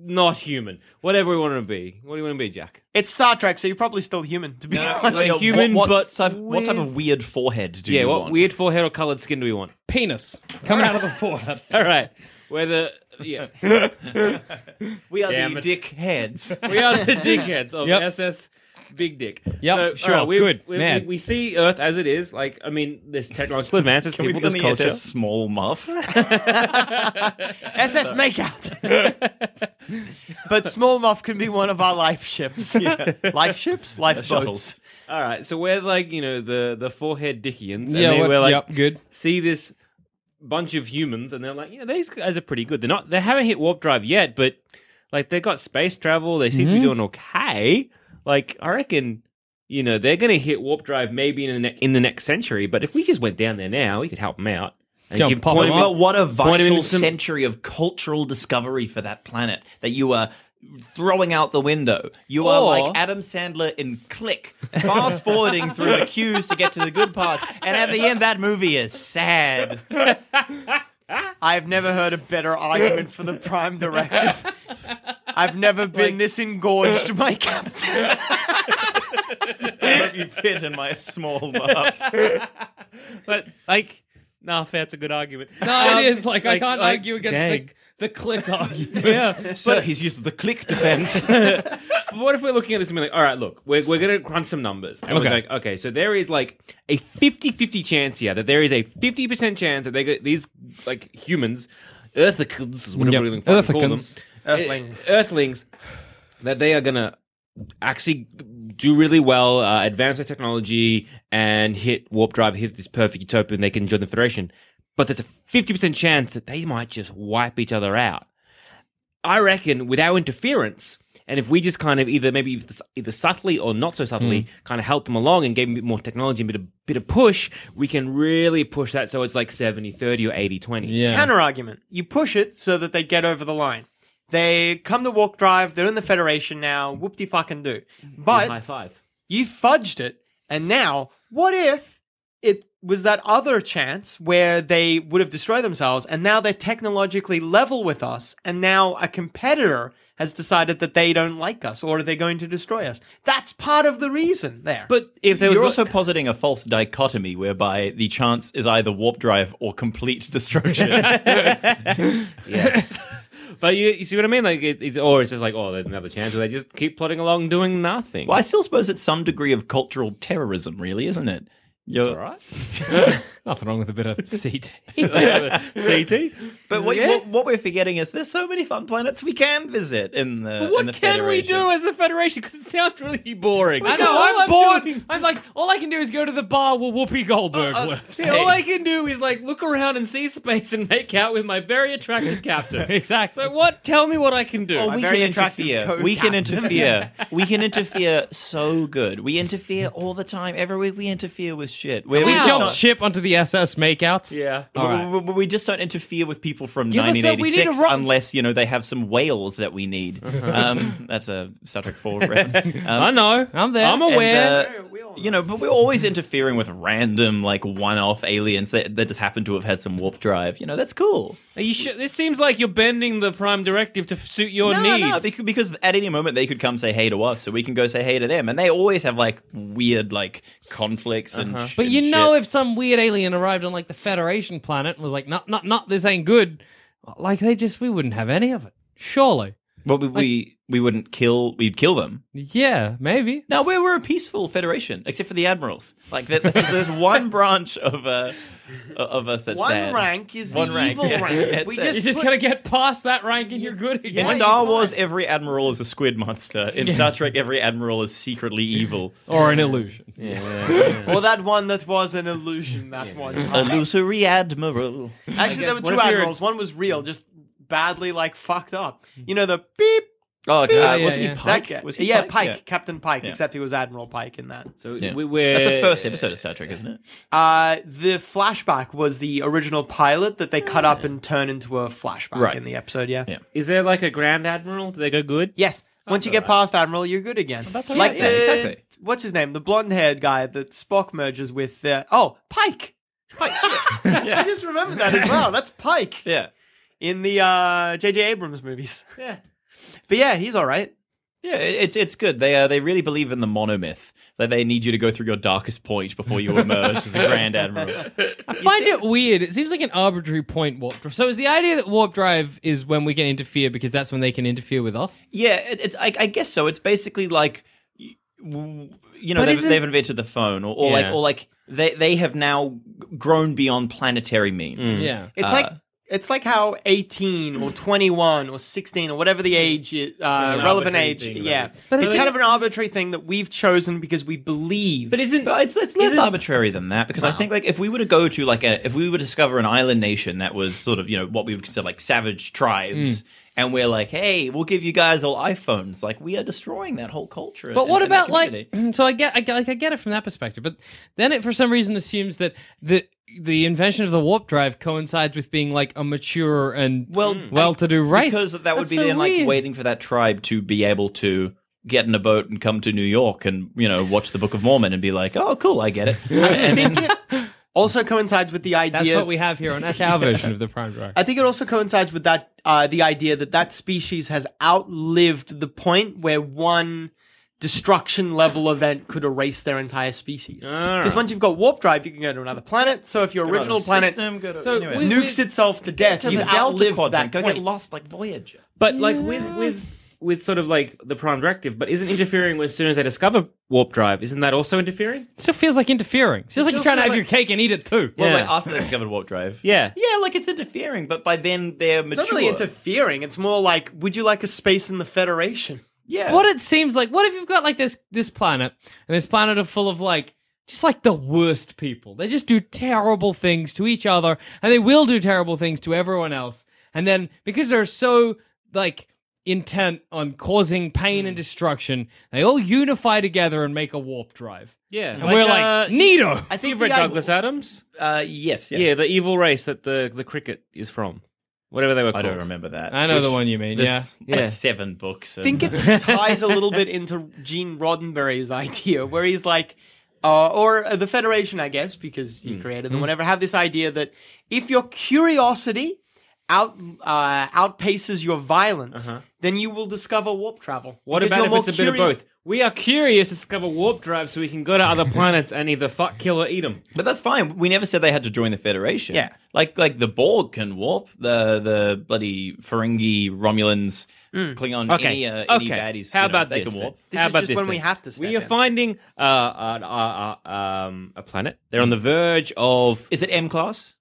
S5: not human. Whatever we want to be. What do you want to be, Jack?
S7: It's Star Trek, so you're probably still human. To be honest,
S8: Uh, Like,
S5: human,
S8: what, what
S5: but
S8: type, what type of
S5: with-
S8: weird forehead do
S5: yeah,
S8: you
S5: what
S8: want?
S5: weird forehead or colored skin do
S2: [LAUGHS]
S5: we want?
S2: Penis coming out of the forehead.
S5: All right. Where the yeah.
S8: We are
S2: Damn
S8: the
S2: it.
S5: [LAUGHS]
S8: dickheads.
S5: We are
S2: [LAUGHS]
S5: the dickheads of
S2: Yep.
S5: SS Big Dick.
S2: Yep,
S5: all
S2: sure,
S5: we,
S2: good,
S5: We,
S2: man.
S5: We, we see Earth as it is. Like, I mean, there's
S2: [LAUGHS]
S5: technological advances,
S8: Can we
S5: people,
S8: be
S5: this
S8: on the
S5: culture.
S8: SS
S5: [LAUGHS]
S8: small muff?
S7: SS makeout. [LAUGHS] but small muff can be one of our life ships. [LAUGHS] Life ships, life
S8: Shuttles.
S7: boats.
S5: All right, so we're like you know the the forehead Dickians, and
S2: Yeah,
S5: then
S2: what-
S5: we're like
S2: yep, good.
S5: see this bunch of humans, and they're like, yeah, these guys are pretty good. They're not, they haven't hit warp drive yet, but like they got space travel. They seem to be doing okay. Like I reckon, you know, they're going to hit warp drive maybe in the ne- in the next century. But if we just went down there now, we could help them out. And
S2: Jump, pop
S5: point
S2: them
S5: them
S8: But what a
S5: Point him
S8: vital
S5: in some-
S8: century of cultural discovery for that planet that you are throwing out the window. You are
S5: Or-
S8: like Adam Sandler in Click, fast forwarding through the cues to get to the good parts, and at the end, that movie is sad.
S7: I've never heard a better argument for the prime directive. I've never been this engorged, my captain.
S8: I hope you fit in my small muff.
S5: But like, nah, fair, it's a good argument.
S2: No,
S5: Um,
S2: it is. Like, I can't
S5: like,
S2: argue against
S5: dang.
S2: the the click argument.
S5: [LAUGHS] Yeah.
S8: [LAUGHS] Sir, he's used the Click defense.
S5: But what if we're looking at this and we're like, all right, look, we're, we're going to crunch some numbers. And
S2: Okay.
S5: we're like, okay, so there is like a 50 50 chance here that there is a 50% chance that they get these like humans, Earthicans, is whatever
S2: Yep.
S5: we're going to call them,
S2: Earthicans.
S7: Earthlings.
S5: Eh, Earthlings, that they are going to actually do really well, uh, advance their technology, and hit warp drive, hit this perfect utopia, and they can join the Federation. But there's a 50% chance that they might just wipe each other out. I reckon with our interference, and if we just kind of either maybe either subtly or not so subtly kind of help them along and gave them a bit more technology and a bit of, bit of push, we can really push that so it's like 70 30 or 80 20.
S2: [LAUGHS] Yeah.
S7: Counter argument. You push it so that they get over the line. They come to walk drive, they're in the Federation now, whoop de fucking do.
S5: High
S7: But
S5: five.
S7: you fudged it, and now what if it was that other chance where they would have destroyed themselves, and now they're technologically level with us, and now a competitor has decided that they don't like us or they're going to destroy us? That's part of the reason there.
S5: [LAUGHS] But if there was
S8: You're
S5: like-
S8: also positing a false dichotomy whereby the chance is either warp drive or complete
S5: [LAUGHS]
S8: destruction.
S5: Yes. but you, you see what I mean? Like, it, it's, or it's just like, oh, there's another chance. Or they just keep plodding along doing nothing.
S8: Well, I still suppose it's some degree of cultural terrorism, really, isn't it? You're,
S5: All right.
S2: Nothing wrong with a bit
S8: [LAUGHS]
S2: of CT. [LAUGHS]
S5: CT.
S8: But what,
S5: Yeah.
S8: what, what we're forgetting is there's so many fun planets we can visit in the.
S5: But what
S8: in the
S5: can we
S8: Federation.
S5: do as a federation? Because it sounds really boring.
S2: I know. I'm, bored. I'm like, all I can do is go to the bar where Whoopi Goldberg lives.
S5: Yeah, all I can do is like look around and see space and make out with my very attractive
S8: [LAUGHS]
S5: captain.
S2: [LAUGHS] Exactly.
S5: so what? Tell me what I can do.
S8: Oh,
S5: I-
S8: we
S7: very
S8: can
S7: attractive
S8: interfere.
S7: co-captain.
S8: We can [LAUGHS] interfere. we can interfere so good. We interfere all the time. Every week we interfere with shit.
S2: We
S8: just
S2: jumped
S8: don't-
S2: ship onto the SS makeouts.
S5: Yeah.
S2: All right.
S8: we- we- we just don't interfere with people from
S2: Give us a- we need a
S8: 1986
S2: rock- Uh-huh.
S8: unless you know they have some whales that we need. Um, that's a Star Trek
S2: [LAUGHS]
S8: Four reference. Um,
S5: I know.
S2: I'm there.
S5: I'm
S8: and,
S5: aware.
S8: uh, you know, but we're always interfering with random, like, one-off aliens that, that just happen to have had some warp drive. You know, that's cool.
S5: Are you sure? This seems like you're bending the prime directive to suit your
S8: no,
S5: needs.
S8: no, bec- because at any moment they could come say hey to us, so we can go say hey to them, and they always have like weird, like, conflicts and. sh-
S2: Uh-huh. But
S8: and
S2: you know,
S8: shit.
S2: if some weird alien arrived on like the Federation planet and was like, "Not, not, not, this ain't good," like they just we wouldn't have any of it. Surely,
S8: well, we, we we wouldn't kill. We'd kill them.
S2: yeah, maybe.
S8: No, we're, we're a peaceful federation, except for the admirals. Like there- there's, there's one branch of uh, of us that's
S7: One
S8: bad.
S7: rank is
S8: One
S7: the
S8: rank,
S7: evil
S8: yeah.
S7: rank.
S8: That's
S7: we
S8: it.
S7: just,
S2: You just
S7: put-
S2: gotta get past that rank and you're good again.
S8: In
S7: Why are
S8: Star
S7: you
S8: Wars, every admiral is a squid monster. In Star Trek, every admiral is secretly
S7: [LAUGHS]
S8: evil.
S2: Or an illusion.
S7: Or that one that was an illusion. That one. time.
S8: Illusory admiral.
S7: Actually, there were
S2: What
S7: two
S2: if you're-
S7: admirals. One was real,
S8: Hmm.
S7: just badly like fucked up. You know the beep.
S8: Oh, uh,
S2: yeah,
S8: wasn't
S2: yeah.
S8: he
S7: That
S8: Pike?
S7: guy.
S8: Was he
S7: yeah,
S8: Pike?
S7: Pike,
S8: Yeah.
S7: Captain Pike.
S8: Yeah.
S7: Except he was Admiral Pike in that.
S5: so
S8: Yeah.
S5: we, we're
S8: That's the first episode of Star Trek, isn't it?
S7: Uh, the flashback was the original pilot that they cut up and turn into a flashback
S8: Right.
S7: in the episode. Yeah.
S8: Yeah.
S5: Is there like a grand admiral? Do they go good?
S7: Yes. Once you get past Admiral, you're good again. that's
S8: all
S7: like
S8: right, yeah,
S7: the,
S8: exactly.
S7: What's his name? The blonde-haired guy that Spock merges with. Uh, oh, Pike. Pike. [LAUGHS] I just remembered that as well. That's Pike
S8: [LAUGHS] Yeah.
S7: in the uh, J.J. Abrams movies. Yeah. But yeah, he's all right.
S8: Yeah, it- it's it's good. They uh, they really believe in the monomyth that they need you to go through your darkest point before you emerge as a grand [LAUGHS] admiral.
S2: I find it weird. It seems like an arbitrary point warp drive. So is the idea that warp drive is when we can interfere because that's when they can interfere with us?
S8: Yeah, it, it's I, I guess so. It's basically like y- w- you know
S5: But
S8: they've,
S5: isn't-
S8: they've invented the phone, or, or like
S5: Yeah.
S8: or like they they have now g- grown beyond planetary means.
S2: Yeah.
S7: It's
S8: Uh,
S7: like it's like how 18 or 21 or 16 or whatever the age is, uh,
S5: an
S7: relevant
S5: arbitrary
S7: age.
S5: thing,
S7: yeah.
S5: right?
S2: But
S7: it's
S2: it's-
S7: kind of an arbitrary thing that we've chosen because we believe.
S5: But isn't
S8: But it's it's less
S5: Isn't-
S8: arbitrary than that because I think like if we were to go to like a if we were to discover an island nation that was sort of you know what we would consider like savage tribes. And we're like, hey, we'll give you guys all iPhones. Like, we are destroying that whole culture.
S2: But
S8: and-
S2: what
S8: and that
S2: about like? [CLEARS THROAT]
S8: community.
S2: So I get, I get, like, I get it from that perspective. But then it, for some reason, assumes that the the invention of the warp drive coincides with being like a mature and
S8: Well,
S2: well, well-to-do race
S8: because that would
S2: That's
S8: be
S2: so
S8: then like
S2: weird.
S8: waiting for that tribe to be able to get in a boat and come to New York and you know watch the Book of Mormon and be like, oh, cool, I get it.
S7: I
S8: And
S7: think it also coincides with the idea.
S2: That's what we have here, and
S8: [LAUGHS]
S2: that's our version of the prime drive.
S7: I think it also coincides with that uh, the idea that that species has outlived the point where one destruction level event could erase their entire species. Because once you've got warp drive, you can go to another planet. So if your original planet
S2: So with-
S7: nukes itself to death,
S8: to
S7: you've
S8: the Delta
S7: outlived
S8: quadrant,
S7: that
S8: go
S7: point.
S8: get lost like Voyager.
S5: But like with with with sort of like the prime directive, but isn't interfering as soon as they discover warp drive? Isn't that also interfering?
S2: It still feels like interfering. It feels like you're trying to have
S5: feels
S2: your cake and eat it too.
S8: Well,
S5: Yeah.
S8: wait, after they discovered warp drive,
S5: Yeah.
S8: yeah, like it's interfering, but by then they're
S7: It's
S8: mature.
S7: not really interfering. It's more like, would you like a space in the Federation?
S5: [LAUGHS]
S8: yeah,
S2: what it seems like what if you've got like this this planet and this planet are full of like just like the worst people they just do terrible things to each other and they will do terrible things to everyone else and then because they're so like intent on causing pain and destruction they all unify together and make a warp drive
S5: Yeah.
S2: and we're like
S5: uh,
S2: Nito
S7: I think
S5: you've read
S7: the-
S5: Douglas Adams?
S8: uh, yes, yeah.
S5: Yeah. the evil race that the the cricket is from. Whatever they were
S8: I
S5: called.
S8: don't remember that.
S2: I know
S8: Which-
S2: the one you mean yeah
S8: This,
S5: Yeah.
S8: like seven books.
S7: I
S8: and-
S7: think it ties a little bit into Gene Roddenberry's idea, where he's like, uh, or uh, the Federation, I guess, because
S5: Hmm.
S7: he created them, whatever, have this idea that if your curiosity out uh, outpaces your violence, then you will discover warp travel.
S5: Uh-huh. What
S7: Because
S5: about
S7: you're
S5: if
S7: more
S5: it's a bit of
S7: curious-
S5: both? We are curious to discover warp drive so we can go to [LAUGHS] other planets and either fuck, kill, or eat them.
S8: But that's fine. We never said they had to join the Federation.
S7: Yeah.
S8: Like like the Borg can warp. The the bloody Ferengi, Romulans, Klingon, any,
S5: Mm. Okay. okay.
S8: uh, any baddies.
S5: How
S8: you know,
S5: about
S8: they
S5: this?
S8: Can
S5: then?
S8: warp.
S7: This
S5: How
S7: is
S5: about
S7: just
S5: this
S7: when we
S5: then?
S7: have to step
S5: We are
S7: in.
S5: finding uh, uh, uh, uh, um, a planet. They're on the verge of.
S8: Is it M class?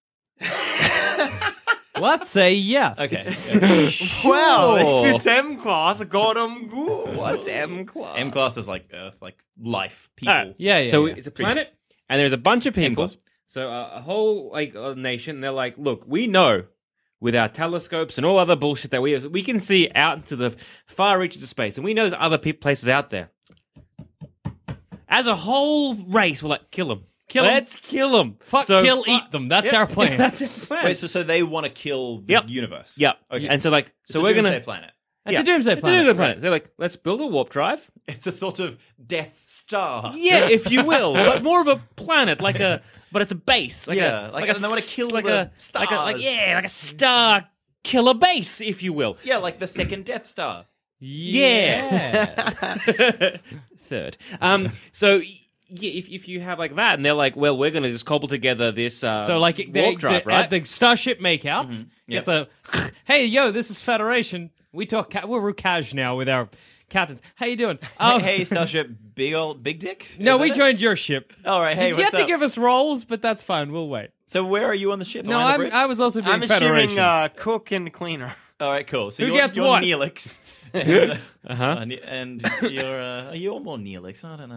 S2: let's say yes
S8: Okay.
S7: [LAUGHS] Well, if it's M class, Gordon Ghoul.
S8: What's M class? M class is like Earth, like life, people.
S5: All right.
S2: yeah yeah
S5: so
S2: yeah.
S5: it's a planet, and there's a bunch of people.
S8: course.
S5: So uh, a whole like uh, nation. They're like, look, we know with our telescopes and all other bullshit that we have, we can see out to the far reaches of space, and we know there's other pe- places out there. As a whole race, we're like, kill them.
S2: Kill 'em.
S5: Let's kill them.
S2: Fuck, kill, eat them. That's
S5: [LAUGHS]
S2: our [LAUGHS] plan.
S5: that's our plan.
S8: Wait, so, so they want to kill the
S5: Yep.
S8: universe.
S5: yeah.
S8: Okay.
S5: And so like,
S8: It's
S5: so
S8: a
S5: we're
S8: doomsday
S5: gonna.
S8: planet.
S2: It's a doomsday
S5: It's a
S2: planet,
S5: doomsday planet. They're like, let's build a warp drive.
S8: It's a sort of Death Star.
S5: Yeah, if you will, [LAUGHS] but more of a planet, like a, but it's a base, like
S8: Yeah,
S5: a,
S8: like, and they
S5: a,
S8: wanna
S5: s-
S8: kill
S5: like
S8: the
S5: a, like a, like
S8: stars.
S5: yeah, like a star killer base, if you will.
S8: Yeah, like the second Death Star.
S5: Yes. [LAUGHS] Third. Um. So. y- Yeah, if, if you have like that, and they're like, well, we're going to just cobble together this uh,
S8: Um,
S2: So like they,
S5: warp
S2: they-
S5: drive,
S2: at
S5: right?
S2: the starship makeouts,
S8: Mm-hmm.
S2: it's a [LAUGHS] hey yo, this is Federation. We talk. Ca- we're Rukaj now with our captains. How you doing?
S5: Oh.
S2: Um,
S8: [LAUGHS] hey, hey, Starship, big old big dick.
S2: [LAUGHS] no,
S8: Is
S2: we
S8: that it?
S2: joined your
S8: [LAUGHS]
S2: ship.
S8: All right, hey,
S2: you
S8: what's
S2: get to
S8: up?
S2: give us roles, but that's fine. We'll wait.
S8: So where are you on the ship? Am
S2: No,
S8: I on the
S2: I'm,
S8: bridge?
S2: I was also being
S7: I'm
S2: Federation.
S7: assuming uh, cook and cleaner. [LAUGHS]
S8: All right, cool. So
S2: Who
S8: you're,
S2: gets
S8: you're
S2: what? [LAUGHS]
S8: Neelix. uh-huh. and you're uh, you're more Neelix. I don't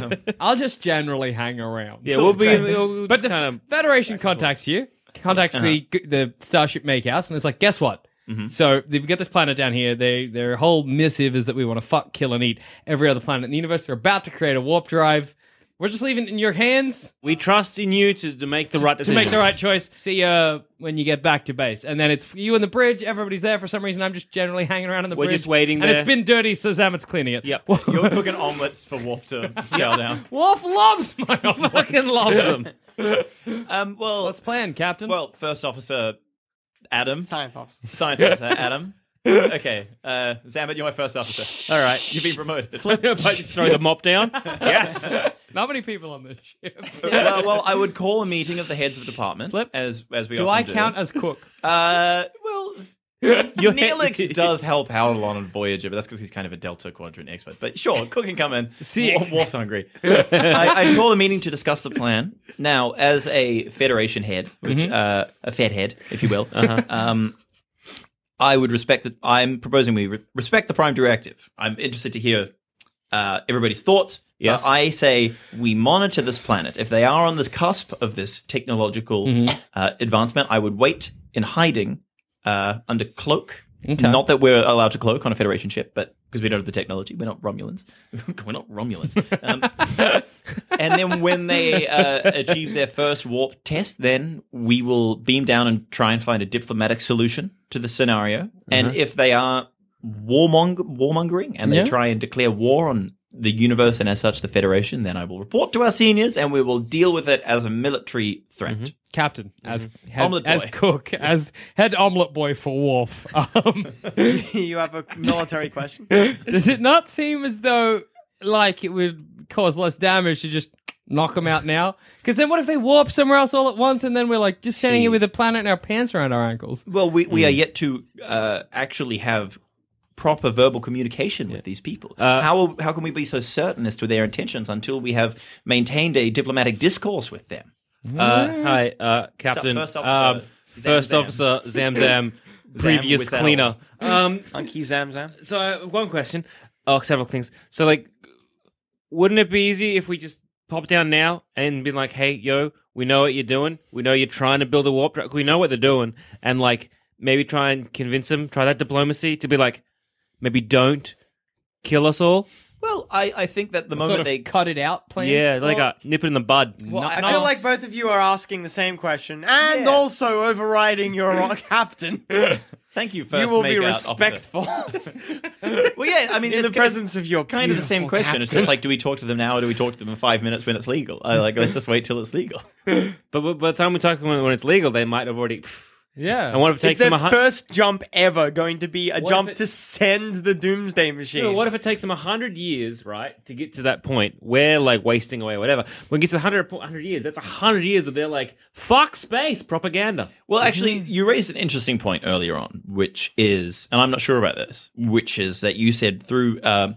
S2: [LAUGHS]
S8: know. Um,
S2: I'll just generally hang around.
S5: yeah, we'll be,
S8: [LAUGHS]
S5: we'll, we'll
S2: But
S5: just
S2: the
S5: kind of
S2: Federation contacts you,
S5: Uh-huh.
S2: contacts the the Starship Makehouse, and it's like, guess what?
S5: Mm-hmm.
S2: So they've got this planet down here. They their whole missive is that we want to fuck, kill, and eat every other planet in the universe. They're about to create a warp drive. We're just leaving it in your hands
S5: we trust in you to, to make the right
S2: to
S5: decision.
S2: make the right choice. See you when you get back to base. And then it's you and the bridge. Everybody's there for some reason. I'm just generally hanging around on the
S5: We're
S2: bridge.
S5: just waiting
S2: And
S5: there.
S2: it's been dirty, so Zamet's cleaning it.
S5: Yep.
S8: you're cooking omelets for Wolf
S2: [LAUGHS]
S8: to yell down.
S2: Wolf loves
S5: [LAUGHS]
S2: my
S5: fucking love them.
S8: Um, well,
S2: Let's plan, Captain. [LAUGHS]
S8: well, first officer Adam,
S7: Science officer.
S8: science
S2: [LAUGHS]
S8: officer Adam. Okay, uh, Zambit, you're my first officer. All
S5: Uh,
S8: right, you've been promoted.
S5: [LAUGHS]
S8: [LAUGHS]
S5: But you throw the mop down.
S2: [LAUGHS]
S5: Yes.
S2: not many people on this ship.
S8: well, well, I would call a meeting of the heads of department
S2: Flip.
S8: as as we
S2: Do I
S8: often
S2: count as cook?
S8: Uh, well, Neelix does help Howlon on Voyager, but that's because he's kind of a Delta Quadrant expert. But sure, Cook can come in.
S2: See-
S8: War- War's hungry. I, I call a meeting to discuss the plan. Now, as a Federation head, which uh, a Fed head, if you will, um, I would respect that. I'm proposing we re- respect the Prime Directive. I'm interested to hear uh, everybody's thoughts. Yes. I say we monitor this planet. If they are on the cusp of this technological uh, advancement, I would wait in hiding uh, under cloak. Not that we're allowed to cloak on a Federation ship, but because we don't have the technology, we're not Romulans. [LAUGHS] we're not Romulans. Um, [LAUGHS] and then when they uh, achieve their first warp test, then we will beam down and try and find a diplomatic solution to the scenario. And if they are warmong- warmongering and they
S2: Yeah.
S8: try and declare war on the universe and as such the Federation, then I will report to our seniors and we will deal with it as a military threat.
S2: captain as Mm-hmm. head,
S8: Omelette
S2: as [LAUGHS]
S8: boy.
S2: cook as head omelet boy for Worf. [LAUGHS] Um,
S7: [LAUGHS] you have a military question.
S2: does it not seem as though like it would cause less damage to just knock them out now? Because then what if they warp somewhere else all at once and then we're like just standing here with a planet and our pants around our ankles?
S8: Well, we, we are yet to uh, actually have proper verbal communication with these people. how how can we be so certain as to their intentions until we have maintained a diplomatic discourse with them?
S2: Mm-hmm.
S5: Uh, hi, uh, Captain.
S8: first officer,
S5: um,
S8: Zam
S5: first
S8: Zam.
S5: officer Zam
S8: [COUGHS]
S5: Zam, previous
S8: Wizell.
S5: cleaner. Um,
S7: Unky Zam Zam.
S5: so uh, one question, oh, several things. So like, wouldn't it be easy if we just pop down now and be like, hey, yo, we know what you're doing. We know you're trying to build a warp truck. We know what they're doing, and like maybe try and convince them. Try that diplomacy to be like, maybe don't kill us all.
S8: Well, I, I think that the moment
S2: Sort of
S8: they
S2: cut it out plan.
S5: Yeah, like a nip it in the bud.
S8: well,
S2: Not-
S8: I-
S7: I feel like both of you are asking the same question and
S8: Yeah.
S7: also overriding your captain.
S8: [LAUGHS] thank you first.
S7: you will be
S8: make out, officer.
S7: respectful
S8: Well, yeah, I mean,
S7: [LAUGHS] in
S8: it's
S7: the
S8: kind of-
S7: presence of your
S8: kind of the same
S7: beautiful
S8: question. It's just
S7: captain.
S8: like, do we talk to them now or do we talk to them in five minutes when it's legal? I like, let's just wait till
S2: [LAUGHS]
S8: it's legal.
S5: But, but by the time we talk when, when it's legal, they might have already.
S2: yeah.
S5: And what if it
S7: Is
S5: takes
S7: their
S5: them a hun-
S7: first jump ever going to be a
S5: What
S7: jump
S5: if it-
S7: to send the doomsday machine?
S5: No, what if it takes them 100 years, right, to get to that point where, like, wasting away, whatever. When it gets to 100, po- 100 years, that's 100 years of their, like, fuck space propaganda.
S8: Well, actually,
S2: Mm-hmm.
S8: you raised an interesting point earlier on, which is, and I'm not sure about this, which is that you said through um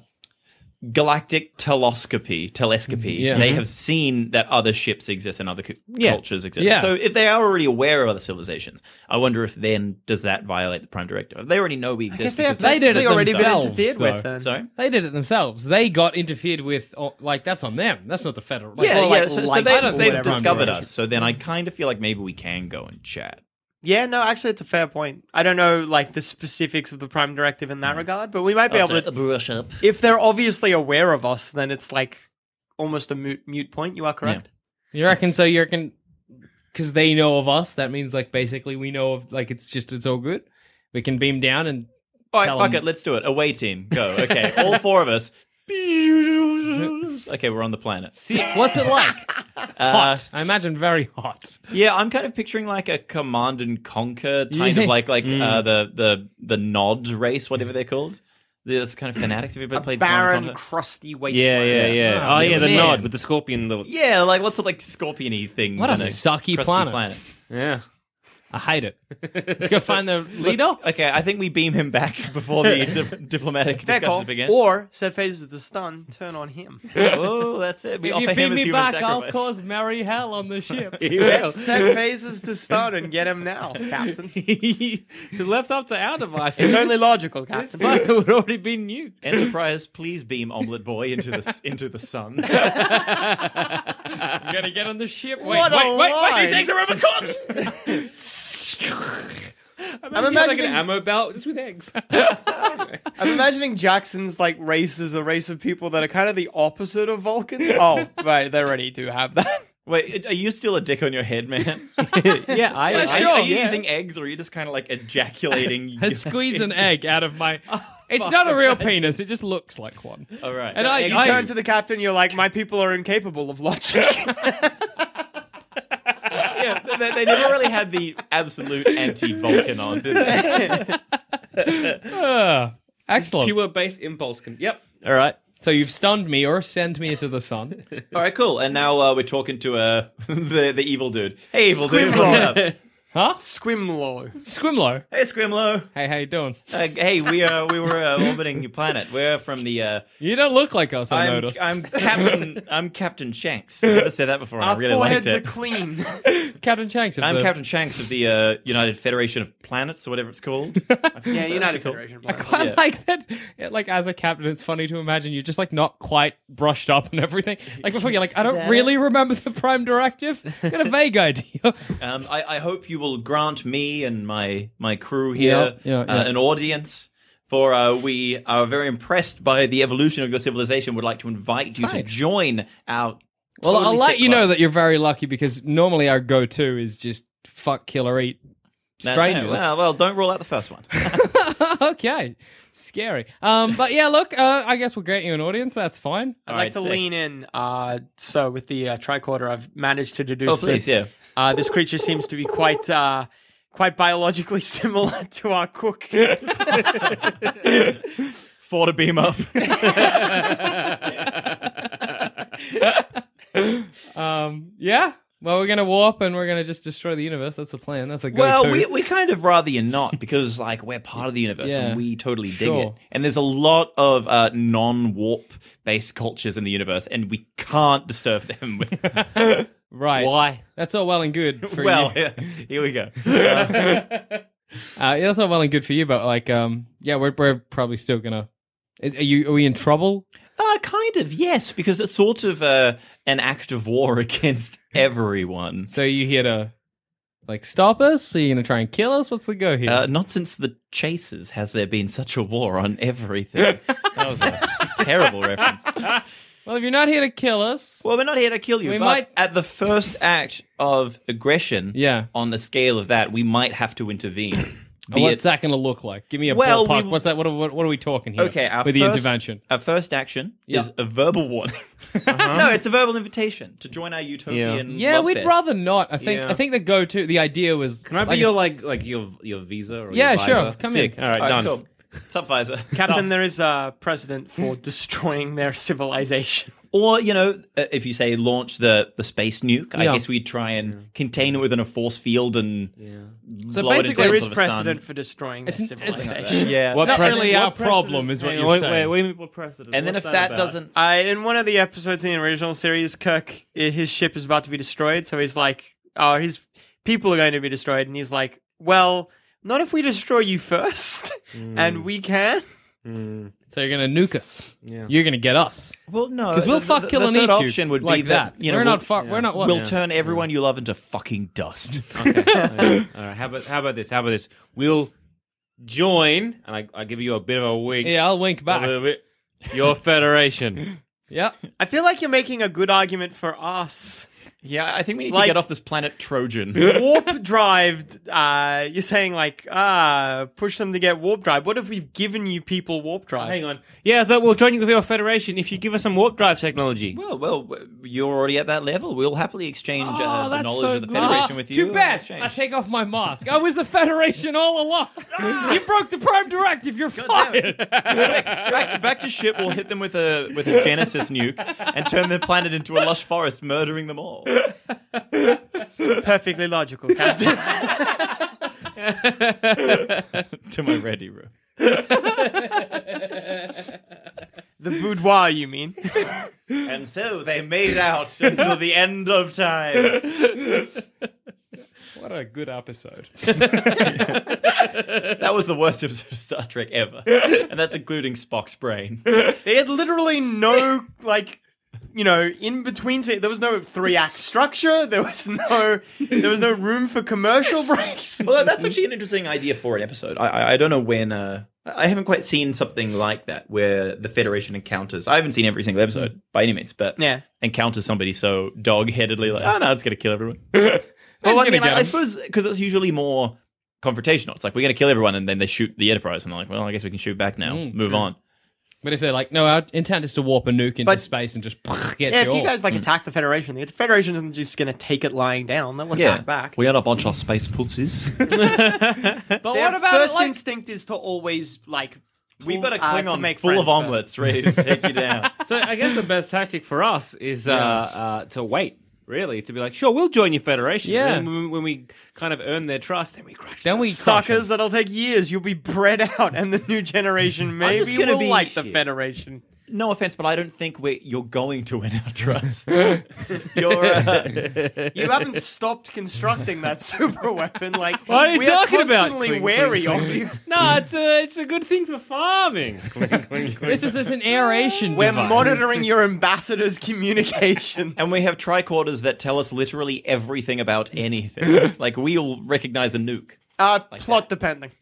S8: galactic telescopy, telescopy,
S2: Mm-hmm. Yeah.
S8: they have seen that other ships exist and other cu-
S5: Yeah.
S8: cultures exist.
S2: Yeah.
S8: So if they are already aware of other civilizations, I wonder if then does that violate the Prime Directive? If They already know we exist.
S7: I guess they have
S8: because that's-
S2: They did it
S7: already been
S2: themselves,
S7: interfered
S2: though.
S7: with. Then.
S8: Sorry.
S2: they did it themselves. They got interfered with. Or, like that's on them. That's not the federal. like,
S8: yeah,
S7: more
S8: yeah.
S7: like
S8: so, so
S7: light
S2: or
S8: they, they've
S2: whatever.
S8: discovered
S2: Prime
S8: us. So then I kind of feel like maybe we can go and chat.
S7: Yeah, no, actually, it's a fair point. I don't know like the specifics of the Prime Directive in that regard, but we might be able to.
S8: brush up.
S7: If they're obviously aware of us, then it's like almost a moot, mute point. You are correct.
S2: You reckon so? You reckon because they know of us, that means like basically we know of like it's just it's all good. We can beam down and
S8: All right,
S2: Tell
S8: fuck
S2: 'em.
S8: it. Let's do it. Away team, go. Okay, all four of us. [LAUGHS] Okay, we're on the planet.
S2: see what's it like.
S8: [LAUGHS] Uh,
S2: hot. I imagine very hot.
S8: yeah, I'm kind of picturing like a command and conquer kind
S2: Yeah.
S8: of like like uh, the the the Nod race, whatever they're called. That's kind of fanatics. Have you ever played Command and
S7: barren,
S8: Conquer?
S7: crusty
S5: Yeah,
S7: wasteland.
S5: yeah, yeah. Oh, yeah, the
S2: man.
S5: nod with the scorpion. The,
S8: Yeah, like lots of like scorpiony things.
S2: What a
S8: and
S2: sucky
S8: crusty
S2: planet.
S5: [LAUGHS] [LAUGHS] yeah.
S2: I hate it. Let's go find
S8: [LAUGHS]
S2: the leader.
S8: Okay, I think we beam him back [LAUGHS] before the di- diplomatic
S7: Fair call.
S8: discussions begin.
S7: Or set phases to stun, turn
S8: [LAUGHS]
S7: on him.
S8: oh, that's it. We
S2: If
S8: offer
S2: you beat
S8: him as
S2: me
S8: human
S2: back, I'll
S8: sacrifice.
S2: cause merry hell on the
S8: [LAUGHS]
S2: ship.
S7: Best set phases to stun and get him now, Captain.
S5: He [LAUGHS] left up to our devices.
S7: It's
S5: [LAUGHS]
S7: only logical,
S5: This
S7: Captain.
S5: planet would already be nuked.
S8: Enterprise, please beam Omelette Boy into the s- into the sun.
S2: [LAUGHS] You gotta get on the ship. Wait, [LAUGHS]
S7: What a
S2: wait, wait, wait.
S7: line.
S2: These eggs are overcooked.
S5: [LAUGHS]
S8: [LAUGHS]
S7: I'm
S5: like an
S7: imagining,
S5: ammo belt just with eggs.
S7: I'm imagining Jackson's like race is a race of people that are kind of the opposite of Vulcan.
S8: [LAUGHS]
S7: Oh, right, they already do have that.
S8: Wait, are you still a dick on your
S2: [LAUGHS]
S8: head, man?
S5: [LAUGHS] yeah, I.
S8: Are-
S5: I-
S8: are you
S5: yeah.
S8: using eggs, or are you just kind of like
S2: [LAUGHS]
S8: ejaculating?
S2: I squeeze an egg out of
S8: [LAUGHS]
S2: my.
S8: Oh,
S2: It's not a real penis. It just looks like one.
S8: All right.
S2: And I,
S7: You
S2: I-
S7: turn to the captain, you're like, my people are incapable of logic. [LAUGHS]
S8: yeah, they- they, they never really had the absolute anti-Vulcan on, did they?
S2: [LAUGHS] Ugh. excellent.
S5: Pure base impulse. Can, yep.
S8: All right.
S2: So you've stunned me or sent me into the
S8: [LAUGHS]
S2: sun.
S8: All right, cool. And now uh, we're talking to uh, [LAUGHS] the the evil dude. Hey, evil dude.
S7: Squimlow.
S8: What's up?
S2: Huh?
S7: Squimlow.
S2: Squimlow.
S8: Hey, Squimlow.
S2: Hey, how you doing?
S8: Uh, hey, we uh, we were uh, orbiting your planet. We're from the. Uh,
S2: You don't look like us, I
S8: I'm,
S2: noticed.
S8: I'm Captain. I'm Captain Shanks. I never said that before. and
S7: Our
S8: I really liked
S7: foreheads are
S8: it.
S7: clean.
S2: Captain Shanks. of
S8: I'm
S2: the-
S8: Captain Shanks of the uh, United Federation of Planets or whatever
S2: [LAUGHS]
S8: it's called.
S7: yeah, United
S8: cool.
S7: Federation.
S2: I like that. It, like as a captain, it's funny to imagine you're just like not quite brushed up and everything. Like before, you're like, I don't really remember the prime directive.
S8: [LAUGHS]
S2: Got a vague idea.
S8: Um, I, I hope you will grant me and my my crew here
S2: Yeah, yeah,
S8: Uh,
S2: yeah.
S8: an audience. For uh, we are very impressed by the evolution of your civilization. Would like to invite you to
S2: Right.
S8: join our.
S2: Well,
S8: totally
S2: I'll let
S8: sick
S2: you
S8: club.
S2: know that you're very lucky because normally our go-to is just fuck, kill, or eat
S8: That's it.
S2: strangers.
S8: Well, well, don't rule out the first one.
S2: [LAUGHS] okay, scary. Um, but yeah, look, uh, I guess we'll grant you an audience. That's fine.
S7: I'd
S8: All
S7: like
S8: right,
S7: to
S8: sick.
S7: lean in. Uh, so with the uh, tricorder, I've managed to deduce
S8: oh, please,
S7: that
S8: yeah.
S7: uh, this creature seems to be quite uh, quite biologically [LAUGHS] similar to
S8: [LAUGHS]
S7: our cook.
S8: Four to beam [LAUGHS] up.
S2: Um, yeah. Well, we're gonna warp and we're gonna just destroy the universe. That's the plan. That's a go-to.
S8: Well, we, we kind of rather you not because like we're part of the universe
S2: Yeah.
S8: and we totally dig
S2: Sure.
S8: it. And there's a lot of uh, non-warp based cultures in the universe, and we can't disturb them. [LAUGHS]
S2: right.
S8: Why?
S2: That's all well and
S8: [LAUGHS]
S2: good. [LAUGHS] For
S8: well,
S2: you.
S8: yeah, here we go.
S2: Uh, yeah, that's all well and good for you, but like, um, yeah, we're we're probably still gonna. Are you? Are we in trouble?
S8: Uh, kind of, yes, because it's sort of uh, an act of war [LAUGHS] against everyone.
S2: So are you here to like stop us? Are you gonna try and kill us? What's the go here?
S8: Uh, not since the Chasers has there been such a war on
S2: [LAUGHS]
S8: everything. that was a terrible reference.
S2: well, if you're not here to kill us,
S8: Well, we're not here to kill you,
S2: We
S8: but
S2: might-
S8: at the first act of aggression,
S2: Yeah.
S8: on the scale of that, we might have to
S2: [CLEARS THROAT]
S8: intervene. Be
S2: Oh, what's
S8: it-
S2: that gonna look like? Give me a
S8: Well,
S2: ballpark.
S8: we-
S2: What's that? What are, what, what are we talking here?
S8: Okay, our
S2: with the
S8: first-
S2: intervention.
S8: Our first action is
S2: Yeah. Uh-huh.
S8: a verbal warning. [LAUGHS] No, it's a verbal invitation to join our utopian.
S2: Yeah,
S8: love
S2: we'd
S8: fest.
S2: rather not. I think.
S5: Yeah.
S2: I think the go-to. The idea was.
S5: Can I be your like like your your visa or
S2: Yeah,
S5: your
S2: sure.
S5: Viva?
S2: Come
S5: Sick.
S2: in.
S5: All right,
S8: All right,
S5: done.
S8: cool. Um, What's
S2: [LAUGHS]
S8: up, Pfizer?
S7: Captain, there is a precedent for destroying their civilization.
S8: Or you know, uh, if you say launch the the space nuke, I
S2: Yeah.
S8: guess we'd try and contain it within a force field and
S2: So
S8: blow it into
S2: basically-
S7: There
S8: the
S7: is
S8: middle of a sun.
S7: precedent for destroying their
S2: It's- it's-
S7: civilization.
S8: Yeah.
S2: What
S8: That-
S2: pres-
S8: and
S2: really
S8: then-
S2: our problem is what
S5: Hang
S2: you're
S5: on, wait,
S2: saying.
S5: Wait, wait, a minute, what precedent?
S8: and then if
S5: What's
S8: that
S5: about?
S8: doesn't,
S7: Uh, in one of the episodes in the original series, Kirk i- his ship is about to be destroyed, so he's like, "Oh, his people are going to be destroyed," and he's like, "Well, not if we destroy you first, [LAUGHS] and we can."
S2: So you're gonna nuke us. You're gonna get us
S8: well, no,
S2: because we'll
S8: the-
S2: fuck
S8: the,
S2: kill
S8: Uh,
S2: and
S8: the third
S2: eat you.
S8: option would
S2: like
S8: be that, you know
S2: we're
S8: we'll,
S2: not far. We're not. What?
S8: we'll turn everyone you love into fucking dust.
S5: [LAUGHS]
S2: Uh-huh.
S5: Okay. All right. How about how about this? How about this? We'll join, and I I give you a bit of a wink.
S2: Yeah, I'll wink
S5: A
S2: back.
S5: little bit. [LAUGHS] Your federation.
S2: Yeah.
S7: I feel like you're making a good argument for us.
S8: Yeah, I think we need
S7: Like-
S8: to get off this planet Trojan.
S7: warp drive. Uh, you're saying like ah, push them to get warp drive. What if we've given you people warp drive?
S5: Hang on. Yeah, I thought we'll join you with your federation if you give us some warp drive technology.
S8: well, well, you're already at that level. We'll happily exchange
S5: Oh,
S8: uh, the
S5: that's
S8: knowledge
S5: so
S8: of the
S5: good.
S8: Federation
S2: [LAUGHS]
S8: with you.
S2: Too
S8: in
S2: bad.
S8: exchange.
S2: I
S8: [LAUGHS]
S2: take off my mask. I was the Federation all along. you broke the Prime Directive. You're fired.
S8: back, back to ship. We'll hit them with a with a Genesis nuke and turn the planet into a lush forest, murdering them all.
S7: Perfectly logical, Captain.
S8: [LAUGHS] to my ready room.
S7: the boudoir, you mean?
S8: And so they made out until the end of time.
S2: [LAUGHS] what a good episode.
S8: That was the worst episode of Star Trek [LAUGHS] ever, and that's including Spock's brain.
S7: They had literally no like. You know, in between, se- there was no three act structure. There was no, there was no room for commercial
S5: [LAUGHS]
S7: breaks.
S8: Well, that's actually an interesting idea for an episode. I, I, I don't know when. Uh, I haven't quite seen something like that where the Federation encounters. I haven't seen every single episode by any means, but
S7: Mm. Yeah.
S8: encounters somebody so dog headedly like, oh no, it's gonna kill
S7: [LAUGHS]
S8: everyone.
S7: Well,
S8: Well, I
S7: give me
S8: mean, I, I
S7: guns.
S8: suppose because it's usually more confrontational. It's like we're going to kill everyone, and then they shoot the Enterprise, and they're like, "Well, I guess we can shoot back now.
S7: Mm.
S8: Move on."
S2: But if they're like, no, our intent is to warp a nuke into
S7: But-
S2: space and just [LAUGHS] get you
S7: Yeah, if you
S2: all.
S5: Hmm.
S7: guys like attack the Federation, the Federation isn't just going to take it lying down. They'll attack back.
S8: we are a bunch of space [LAUGHS] pussies.
S2: but
S7: Their
S2: what about
S7: first
S2: it, like,
S7: instinct is to always like
S8: We've got a
S7: uh, to
S8: Klingon
S7: make
S8: full of
S7: friends first.
S8: omelets ready to take you
S7: [LAUGHS]
S8: down.
S5: So I guess the best tactic for us is uh, uh, to wait, really, to be like, sure, we'll join your federation.
S2: Yeah.
S5: And then when, when we kind of earn their trust, then we crush
S2: then we crush 'em.
S7: Suckers, that'll take years. You'll be bred [LAUGHS] out, and the new generation
S8: just
S7: maybe
S8: gonna
S7: will
S8: be-
S7: like
S5: [LAUGHS]
S7: the Federation.
S8: no offense, but I don't think we you're going to win our trust. you're uh,
S7: You haven't stopped constructing that [LAUGHS] super weapon. Like,
S5: What are you
S7: we are
S5: talking about?
S7: constantly
S5: Cling,
S7: wary of you.
S2: Mm-hmm.
S5: No, it's a, it's a good thing for
S7: [LAUGHS]
S5: farming.
S2: This is, this is an aeration
S7: We're
S2: device.
S7: monitoring your ambassador's communication.
S8: and we have tricorders that tell us literally everything about anything. like we'll recognize a nuke.
S7: Uh, plot depending. [LAUGHS]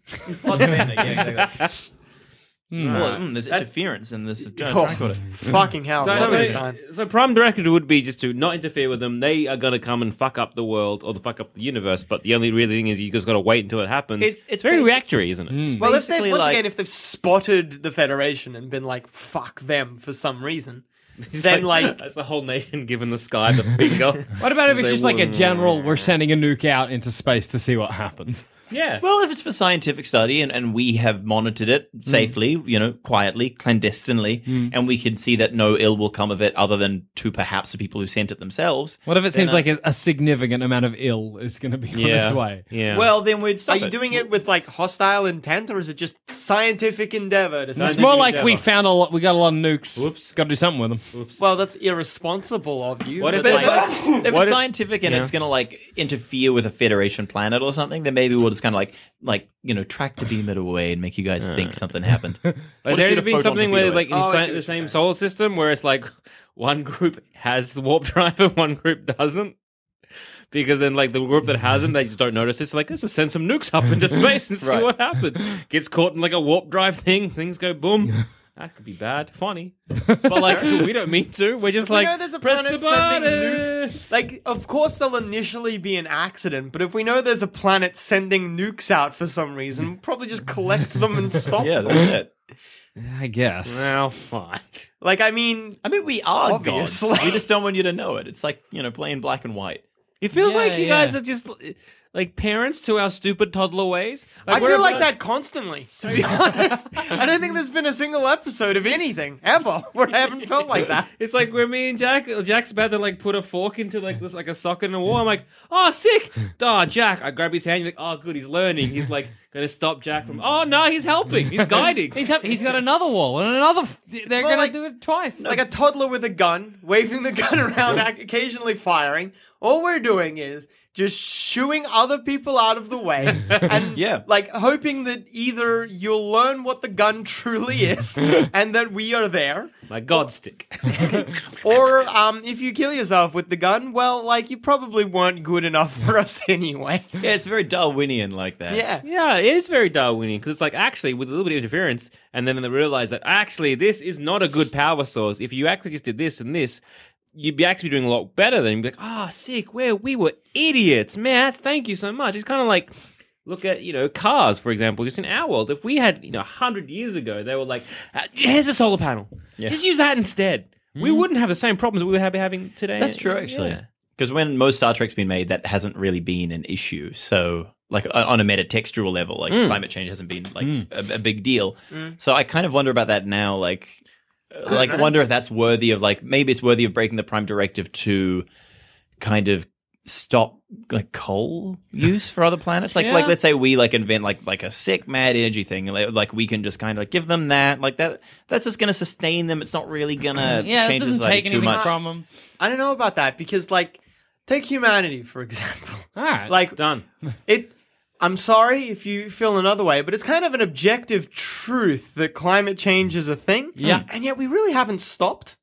S8: Well, mm, there's interference and there's a
S7: [LAUGHS] Oh,
S8: tricorder.
S7: fucking hell! So, many times.
S5: so prime directive would be just to not interfere with them. They are going to come and fuck up the world or the fuck up the universe. But the only real thing is you just got to wait until it happens.
S8: It's- it's
S5: very
S8: basic-
S5: reactory, isn't it?
S2: Mm.
S7: Well, if they
S8: basically
S7: once
S8: like-
S7: again, if they've spotted the Federation and been like, "Fuck them" for some reason, then
S5: [LAUGHS]
S7: like
S5: that's the whole nation giving the sky the finger.
S2: [LAUGHS] What about if it's
S5: They
S2: just like a
S5: will-
S2: general, we're sending a nuke out into space to see what happens?
S5: yeah.
S8: Well, if it's for scientific study and, and we have monitored it safely, you know, quietly, clandestinely, and we can see that no ill will come of it other than to perhaps the people who sent it themselves.
S2: What if it seems like a, a significant amount of ill is going to be on its way?
S5: Yeah.
S8: Well, then we'd
S7: Are
S8: stop
S7: you
S8: it.
S7: doing it with like hostile intent, or is it just scientific endeavor? To
S2: It's more like we found a lot. We got a lot of nukes.
S5: Whoops.
S2: Got to do something with them.
S7: well, that's irresponsible of you.
S5: What if
S7: but,
S5: it-
S8: But,
S7: like,
S8: but if
S5: What
S8: it's
S5: if-
S8: scientific and
S5: Yeah.
S8: it's going to like interfere with a Federation planet or something, then maybe we'll just kind of like like you know tractor beam it away and make you guys think something happened.
S5: [LAUGHS] Has
S8: What
S5: there
S8: should
S5: ever
S8: a
S5: been
S8: photon
S5: something where,
S8: torpedo
S5: like, in
S7: Oh, I see
S5: sci-
S7: what
S5: the
S7: you're
S5: same
S7: saying.
S5: solar system, where it's like [LAUGHS] one group has the warp drive and one group doesn't? Because then, like, the group that has them, they just don't notice. It's like, let's just send some nukes up [LAUGHS] into space and see what happens. Gets caught in, like, a warp drive thing, things go boom. That could be bad, [LAUGHS] funny. But, like, we don't mean to. We're just
S7: we
S5: like,
S7: know there's a
S5: press
S7: planet
S5: the
S7: sending
S5: button.
S7: nukes. Like, of course, there'll initially be an accident, but if we know there's a planet sending nukes out for some reason, we'll probably just collect
S8: [LAUGHS]
S7: them and stop
S8: yeah,
S7: them.
S8: that's it.
S2: I guess.
S5: Well, fuck.
S7: Like, I mean,
S8: I mean, we are
S7: Obviously.
S8: gods. We just don't want you to know it. It's like you know, plain black and white.
S5: It feels
S2: Yeah,
S5: like you guys
S2: yeah.
S5: are just like parents to our stupid toddler ways.
S7: I
S5: we're
S7: feel like
S5: about-
S7: that constantly,
S5: [LAUGHS]
S7: to be honest. I don't think there's been a single episode of anything ever [LAUGHS] where I haven't felt like that.
S5: It's like when me and Jack, Jack's about to like put a fork into like this, like a socket in a wall. I'm like, oh, sick. Oh, Jack. I grab his hand. He's like, oh, good. He's learning. He's like, gonna stop Jack from. Oh no, he's helping. He's guiding.
S2: He's up, he's got another wall and another. f- They're
S7: more
S2: going
S7: like-
S2: to do it twice.
S7: It's like a toddler with a gun, waving the gun [LAUGHS] around, ac- occasionally firing. All we're doing is just shooing other people out of the way and
S8: Yeah.
S7: like hoping that either you'll learn what the gun [LAUGHS] truly is and that we are there
S5: My God, stick.
S7: or um, if you kill yourself with the gun well like you probably weren't good enough for us [LAUGHS] anyway
S8: Yeah, it's very Darwinian like that.
S7: yeah
S5: Yeah, it is very Darwinian because it's like actually with a little bit of interference, and then they realize that actually this is not a good power source. If you actually just did this and this, you'd be actually doing a lot better than you'd be like, ah, sick, where we were idiots, Matt. Thank you so much. It's kind of like look at you know cars, for example, just in our world. If we had you know hundred years ago, they were like, "Uh, here's a solar panel, just use that instead. We wouldn't have the same problems we would have having today.
S8: Mm. That's true, actually.
S5: Yeah.
S8: Because when most Star Trek's been made, that hasn't really been an issue. So, like o- on a metatextual level, like
S2: Hmm.
S8: climate change hasn't been like a, a big deal. So I kind of wonder about that now. Like, uh, like wonder if that's worthy of like maybe it's worthy of breaking the Prime Directive to kind of stop like coal use for other planets. Like, like let's say we like invent like like a sick mad energy thing. and, Like, like we can just kind of like give them that. Like that. That's just going to sustain them. It's not really going to
S2: Mm, Yeah, it
S8: change
S2: doesn't
S8: society
S2: take
S8: too
S2: anything
S8: much.
S2: from them.
S7: I don't know about that because, like, take humanity for example.
S2: All right.
S7: like,
S5: Done.
S7: it. I'm sorry if you feel another way, but it's kind of an objective truth that climate change is a thing.
S2: Yeah.
S5: Hmm.
S7: and yet we really haven't stopped.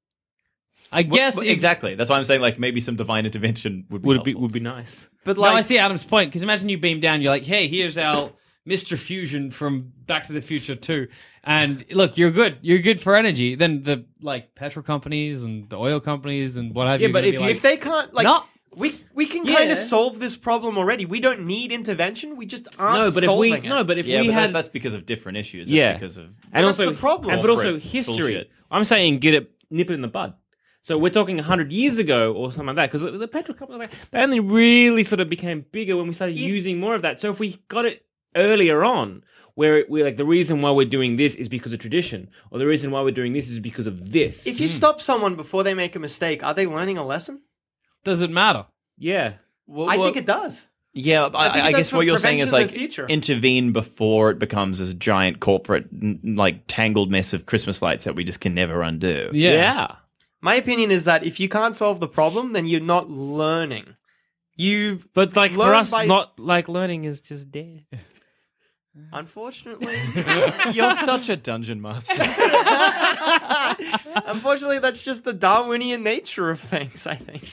S2: I guess
S8: Well,
S2: if-
S8: exactly. That's why I'm saying like maybe some divine intervention would be
S5: Would be
S8: helpful.
S5: would be nice.
S7: But
S2: No,
S7: like,
S2: I see Adam's point because imagine you beam down, you're like, hey, here's our Mr. Fusion from Back to the Future 2. And look, you're good. You're good for energy. Then the like petrol companies and the oil companies and what have
S5: Yeah,
S2: you. are
S5: but
S2: gonna
S5: if
S2: be
S5: you-
S2: like,
S7: if they can't, like,
S2: No.
S7: we we can kind
S5: Yeah.
S7: of solve this problem already. We don't need intervention. We just aren't.
S5: No, but if
S7: solving
S5: we
S7: it.
S5: no, but if
S8: yeah,
S5: we
S8: but that-
S5: had
S8: that's because of different issues. That's
S5: Yeah.
S8: because of
S5: and
S7: That's
S5: also
S7: the problem.
S5: and- but also
S8: Corporate
S5: history.
S8: bullshit.
S5: I'm saying get it, nip it in the bud. So we're talking hundred years ago or something like that, because the, the petrol company like, they only really sort of became bigger when we started
S7: If-
S5: using more of that. So if we got it earlier on, where it, we're like the reason why we're doing this is because of tradition, or the reason why we're doing this is because of this.
S7: if you stop someone before they make a mistake, are they learning a lesson?
S2: does it matter?
S5: yeah,
S8: Well,
S7: I
S8: well,
S7: think it does.
S8: yeah. but
S7: I think
S8: I, I
S7: that's
S8: guess
S7: for
S8: what you're saying
S7: prevention
S8: is
S7: of the
S8: like
S7: future.
S8: intervene before it becomes this giant corporate n- like tangled mess of Christmas lights that we just can never undo. [LAUGHS]
S2: Yeah.
S7: My opinion is that if you can't solve the problem, then you're not learning. You,
S5: But like for
S7: Learn
S5: us,
S7: by-
S5: not like learning is just dead. [LAUGHS]
S7: unfortunately,
S8: you're such a dungeon master.
S7: unfortunately, that's just the Darwinian nature of things. I think.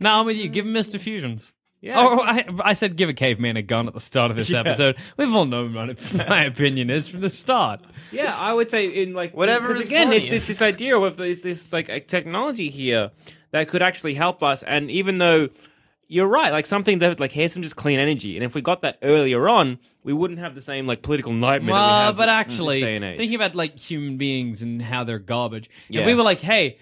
S2: No, I'm with you. Give them Mr. Fusions.
S5: Yeah.
S2: Oh, I, I said give a caveman a gun at the start
S5: [LAUGHS]
S2: of this episode. We've all known what it- my opinion is from the start.
S5: Yeah, I would say in like
S7: Whatever
S5: because
S7: is
S5: again,
S7: funny.
S5: it's it's this idea of there's this like a technology here that could actually help us, and even though you're right, like something that like here's some just clean energy, and if we got that earlier on, we wouldn't have the same like political nightmare. that we
S2: Well,
S5: have
S2: but
S5: in
S2: actually,
S5: this day and age.
S2: thinking about like human beings and how they're garbage,
S5: Yeah.
S2: if we were like, hey,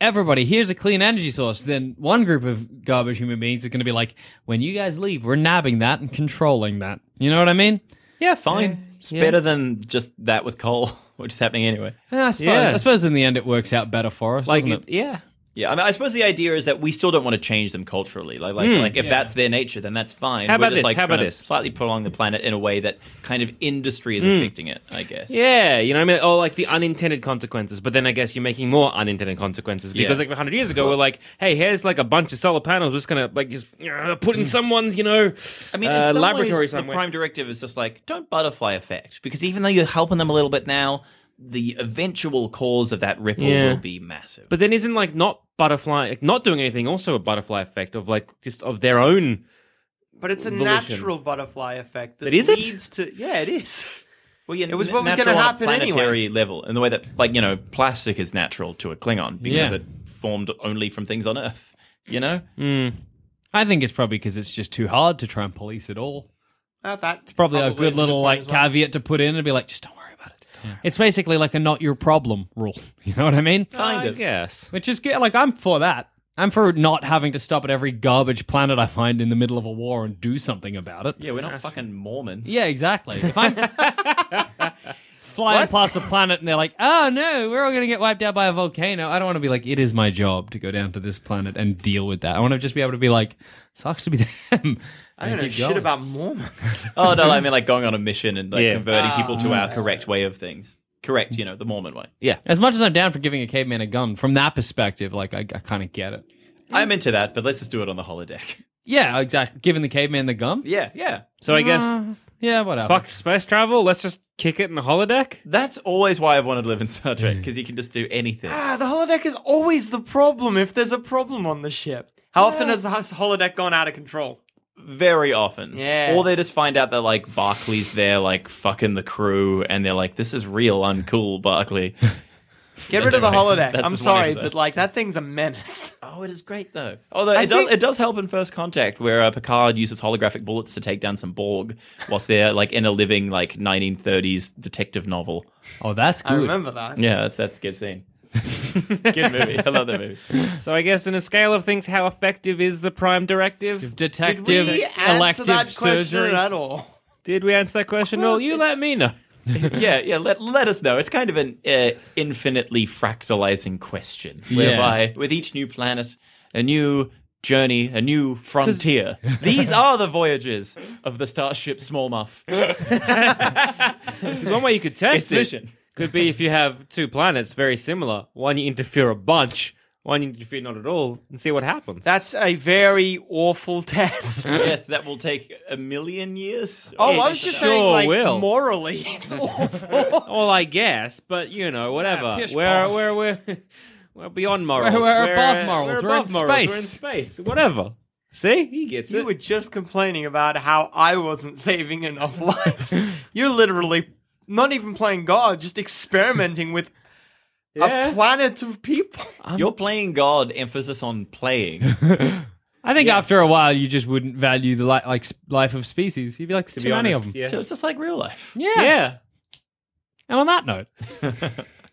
S2: everybody, here's a clean energy source, then one group of garbage human beings is going to be like, when you guys leave, we're nabbing that and controlling that. You know what I mean?
S8: [LAUGHS] yeah, fine. It's better than just that with coal, [LAUGHS] which is happening anyway.
S2: Yeah, Eh, I suppose.
S5: Yeah.
S2: I suppose in the end, it works out better for us,
S5: like
S2: doesn't it?
S5: it- yeah,
S8: Yeah, I mean, I suppose the idea is that we still don't want to change them culturally. Like, like, like if that's their nature, then that's fine.
S5: Hmm, How about
S8: We're just,
S5: this?
S8: Like
S5: How about
S8: trying to
S5: this? Hmm.
S8: Slightly prolong the planet in a way that kind of industry is affecting it. I guess.
S5: yeah, you know what I mean, or like the unintended consequences. But then I guess you're making more unintended consequences because
S8: Yeah.
S5: like 100 years ago, we're like, hey, here's like a bunch of solar panels, we're just gonna like just uh, put
S7: Mm.
S5: in someone's, you know,
S8: I mean, in
S5: uh,
S8: some
S5: laboratory
S8: ways,
S5: somewhere.
S8: the prime directive is just like don't butterfly effect because even though you're helping them a little bit now, the eventual cause of that ripple
S5: Yeah.
S8: will be massive.
S5: But then isn't like not butterfly, like not doing anything, also a butterfly effect of like just of their own?
S7: But it's a
S5: Volition.
S7: natural butterfly effect that
S5: But is it?
S7: leads to yeah, it is. [LAUGHS]
S8: well, yeah,
S7: It was
S8: n-
S7: what was
S8: natural
S7: gonna
S8: on a
S7: happen anyway.
S8: planetary level in the way that, like you know, plastic is natural to a Klingon because
S2: Yeah.
S8: it formed only from things on Earth. You know,
S5: Mm.
S2: I think it's probably because it's just too hard to try and police it all.
S7: Not that it's
S2: Probably, a good little like caveat to put in and be like, just don't worry about it. It's basically like a not your problem rule. [LAUGHS] You know what I mean?
S8: kind
S5: I
S8: of.
S5: guess.
S2: Which is good. Like, I'm for that. I'm for not having to stop at every garbage planet I find in the middle of a war and do something about it.
S8: Yeah, we're not fucking Mormons.
S2: Yeah, exactly. If
S7: [LAUGHS]
S2: I'm flying past a planet and they're like, oh no, we're all going to get wiped out by a volcano, I don't want to be like, it is my job to go down to this planet and deal with that. I want to just be able to be like, sucks to be [LAUGHS] them.
S7: I don't know shit about Mormons. [LAUGHS]
S8: Oh no, I mean like going on a mission and like
S5: Yeah.
S8: converting people to our correct way of things. Correct, you know, the Mormon way.
S2: As much as I'm down for giving a caveman a gun, from that perspective, like, I, I kind of get it.
S8: I'm into that, but let's just do it on the holodeck. [LAUGHS]
S2: Yeah, exactly. Giving the caveman the gun? Uh,
S8: Yeah, yeah.
S5: So I guess
S2: Yeah, whatever.
S5: fuck space travel. Let's just kick it in the holodeck.
S8: That's always why I've wanted to live in Star Trek
S7: Mm.
S8: because you can just do anything.
S7: ah, the holodeck is always the problem if there's a problem on the ship. How often has the hus- holodeck gone out of control?
S8: Very often.
S7: Yeah.
S8: Or they just find out that like
S7: [LAUGHS]
S8: Barclay's there, like fucking the crew, and they're like, "This is real uncool, Barclay."
S7: Get rid of the holodeck.
S8: That's
S7: I'm
S8: just one
S7: sorry,
S8: episode.
S7: but like that thing's a menace. [LAUGHS]
S8: Oh, it is great though. Although
S7: I
S8: it does,
S7: think-
S8: it does help in First Contact, where uh, Picard uses holographic bullets to take down some Borg, whilst they're like in a living like 1930s detective novel.
S2: Oh, that's
S7: I
S2: good.
S7: remember that.
S8: Yeah, that's that's a good scene. good movie. I love that movie.
S5: So I guess in a scale of things, how effective is the Prime Directive?
S2: Detective
S7: Did we answer
S2: elective
S7: that question
S2: surgery.
S7: at all?
S5: Did we answer that question? Well, you let me know.
S8: yeah, yeah. Let let us know. It's kind of an uh, infinitely fractalizing question, whereby with each new planet, a new journey, a new frontier. These are the voyages of the starship Smallmouth.
S5: Because one way you could test
S8: It's
S5: it
S8: mission.
S5: could be if you have two planets very similar, one you interfere a bunch, one you interfere not at all, and see what happens.
S7: That's a very awful [LAUGHS] test.
S8: yes, that will take a million years.
S7: Oh,
S5: It
S7: I was just
S5: sure
S7: saying, like
S5: will.
S7: morally,
S5: [LAUGHS]
S7: it's awful.
S5: Well, I guess, but you know, whatever.
S2: pish
S5: we're,
S2: posh.
S5: we're, [LAUGHS] we're, we're beyond morals.
S2: We're- we're above morals.
S5: We're,
S2: We're
S5: above
S2: in
S5: morals.
S2: space.
S5: We're in space. Whatever. See? He gets
S7: you
S5: it.
S7: were just complaining about how I wasn't saving enough lives. You're literally not even playing God, just experimenting with
S5: Yeah.
S7: a planet of people.
S8: You're playing God. Emphasis on playing.
S2: I think after a while, you just wouldn't value the li- like sp- life of species. You'd be like, too
S5: be
S2: many
S5: honest,
S2: of them.
S5: Yeah.
S8: So it's just like real life.
S2: Yeah.
S5: yeah.
S2: And on that [LAUGHS] note,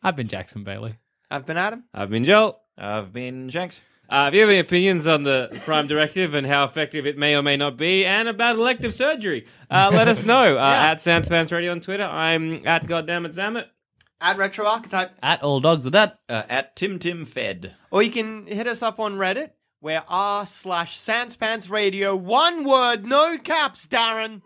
S2: I've been Jackson Bailey.
S7: I've been Adam.
S5: I've been Joel.
S8: I've been Jenks.
S5: Uh, if you have any opinions on the Prime Directive and how effective it may or may not be, and about elective surgery, uh, let [LAUGHS] us know uh, at Soundspans Radio on Twitter. I'm at Goddammit Zammit.
S7: At Retro Archetype.
S2: At all dogs are dead.
S8: Uh, at Tim Tim Fed.
S7: Or you can hit us up on Reddit, where r slash Sanspants Radio, one word, no caps, Darren.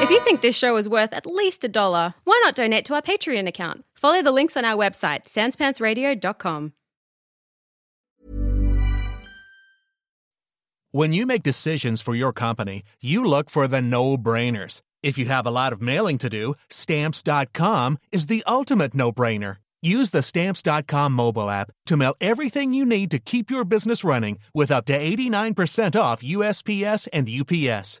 S10: If you think this show is worth at least a dollar, why not donate to our Patreon account? Follow the links on our website, sanspantsradio.com.
S4: When you make decisions for your company, you look for the no brainers. If you have a lot of mailing to do, stamps.com is the ultimate no brainer. Use the stamps.com mobile app to mail everything you need to keep your business running with up to 89% off USPS and UPS.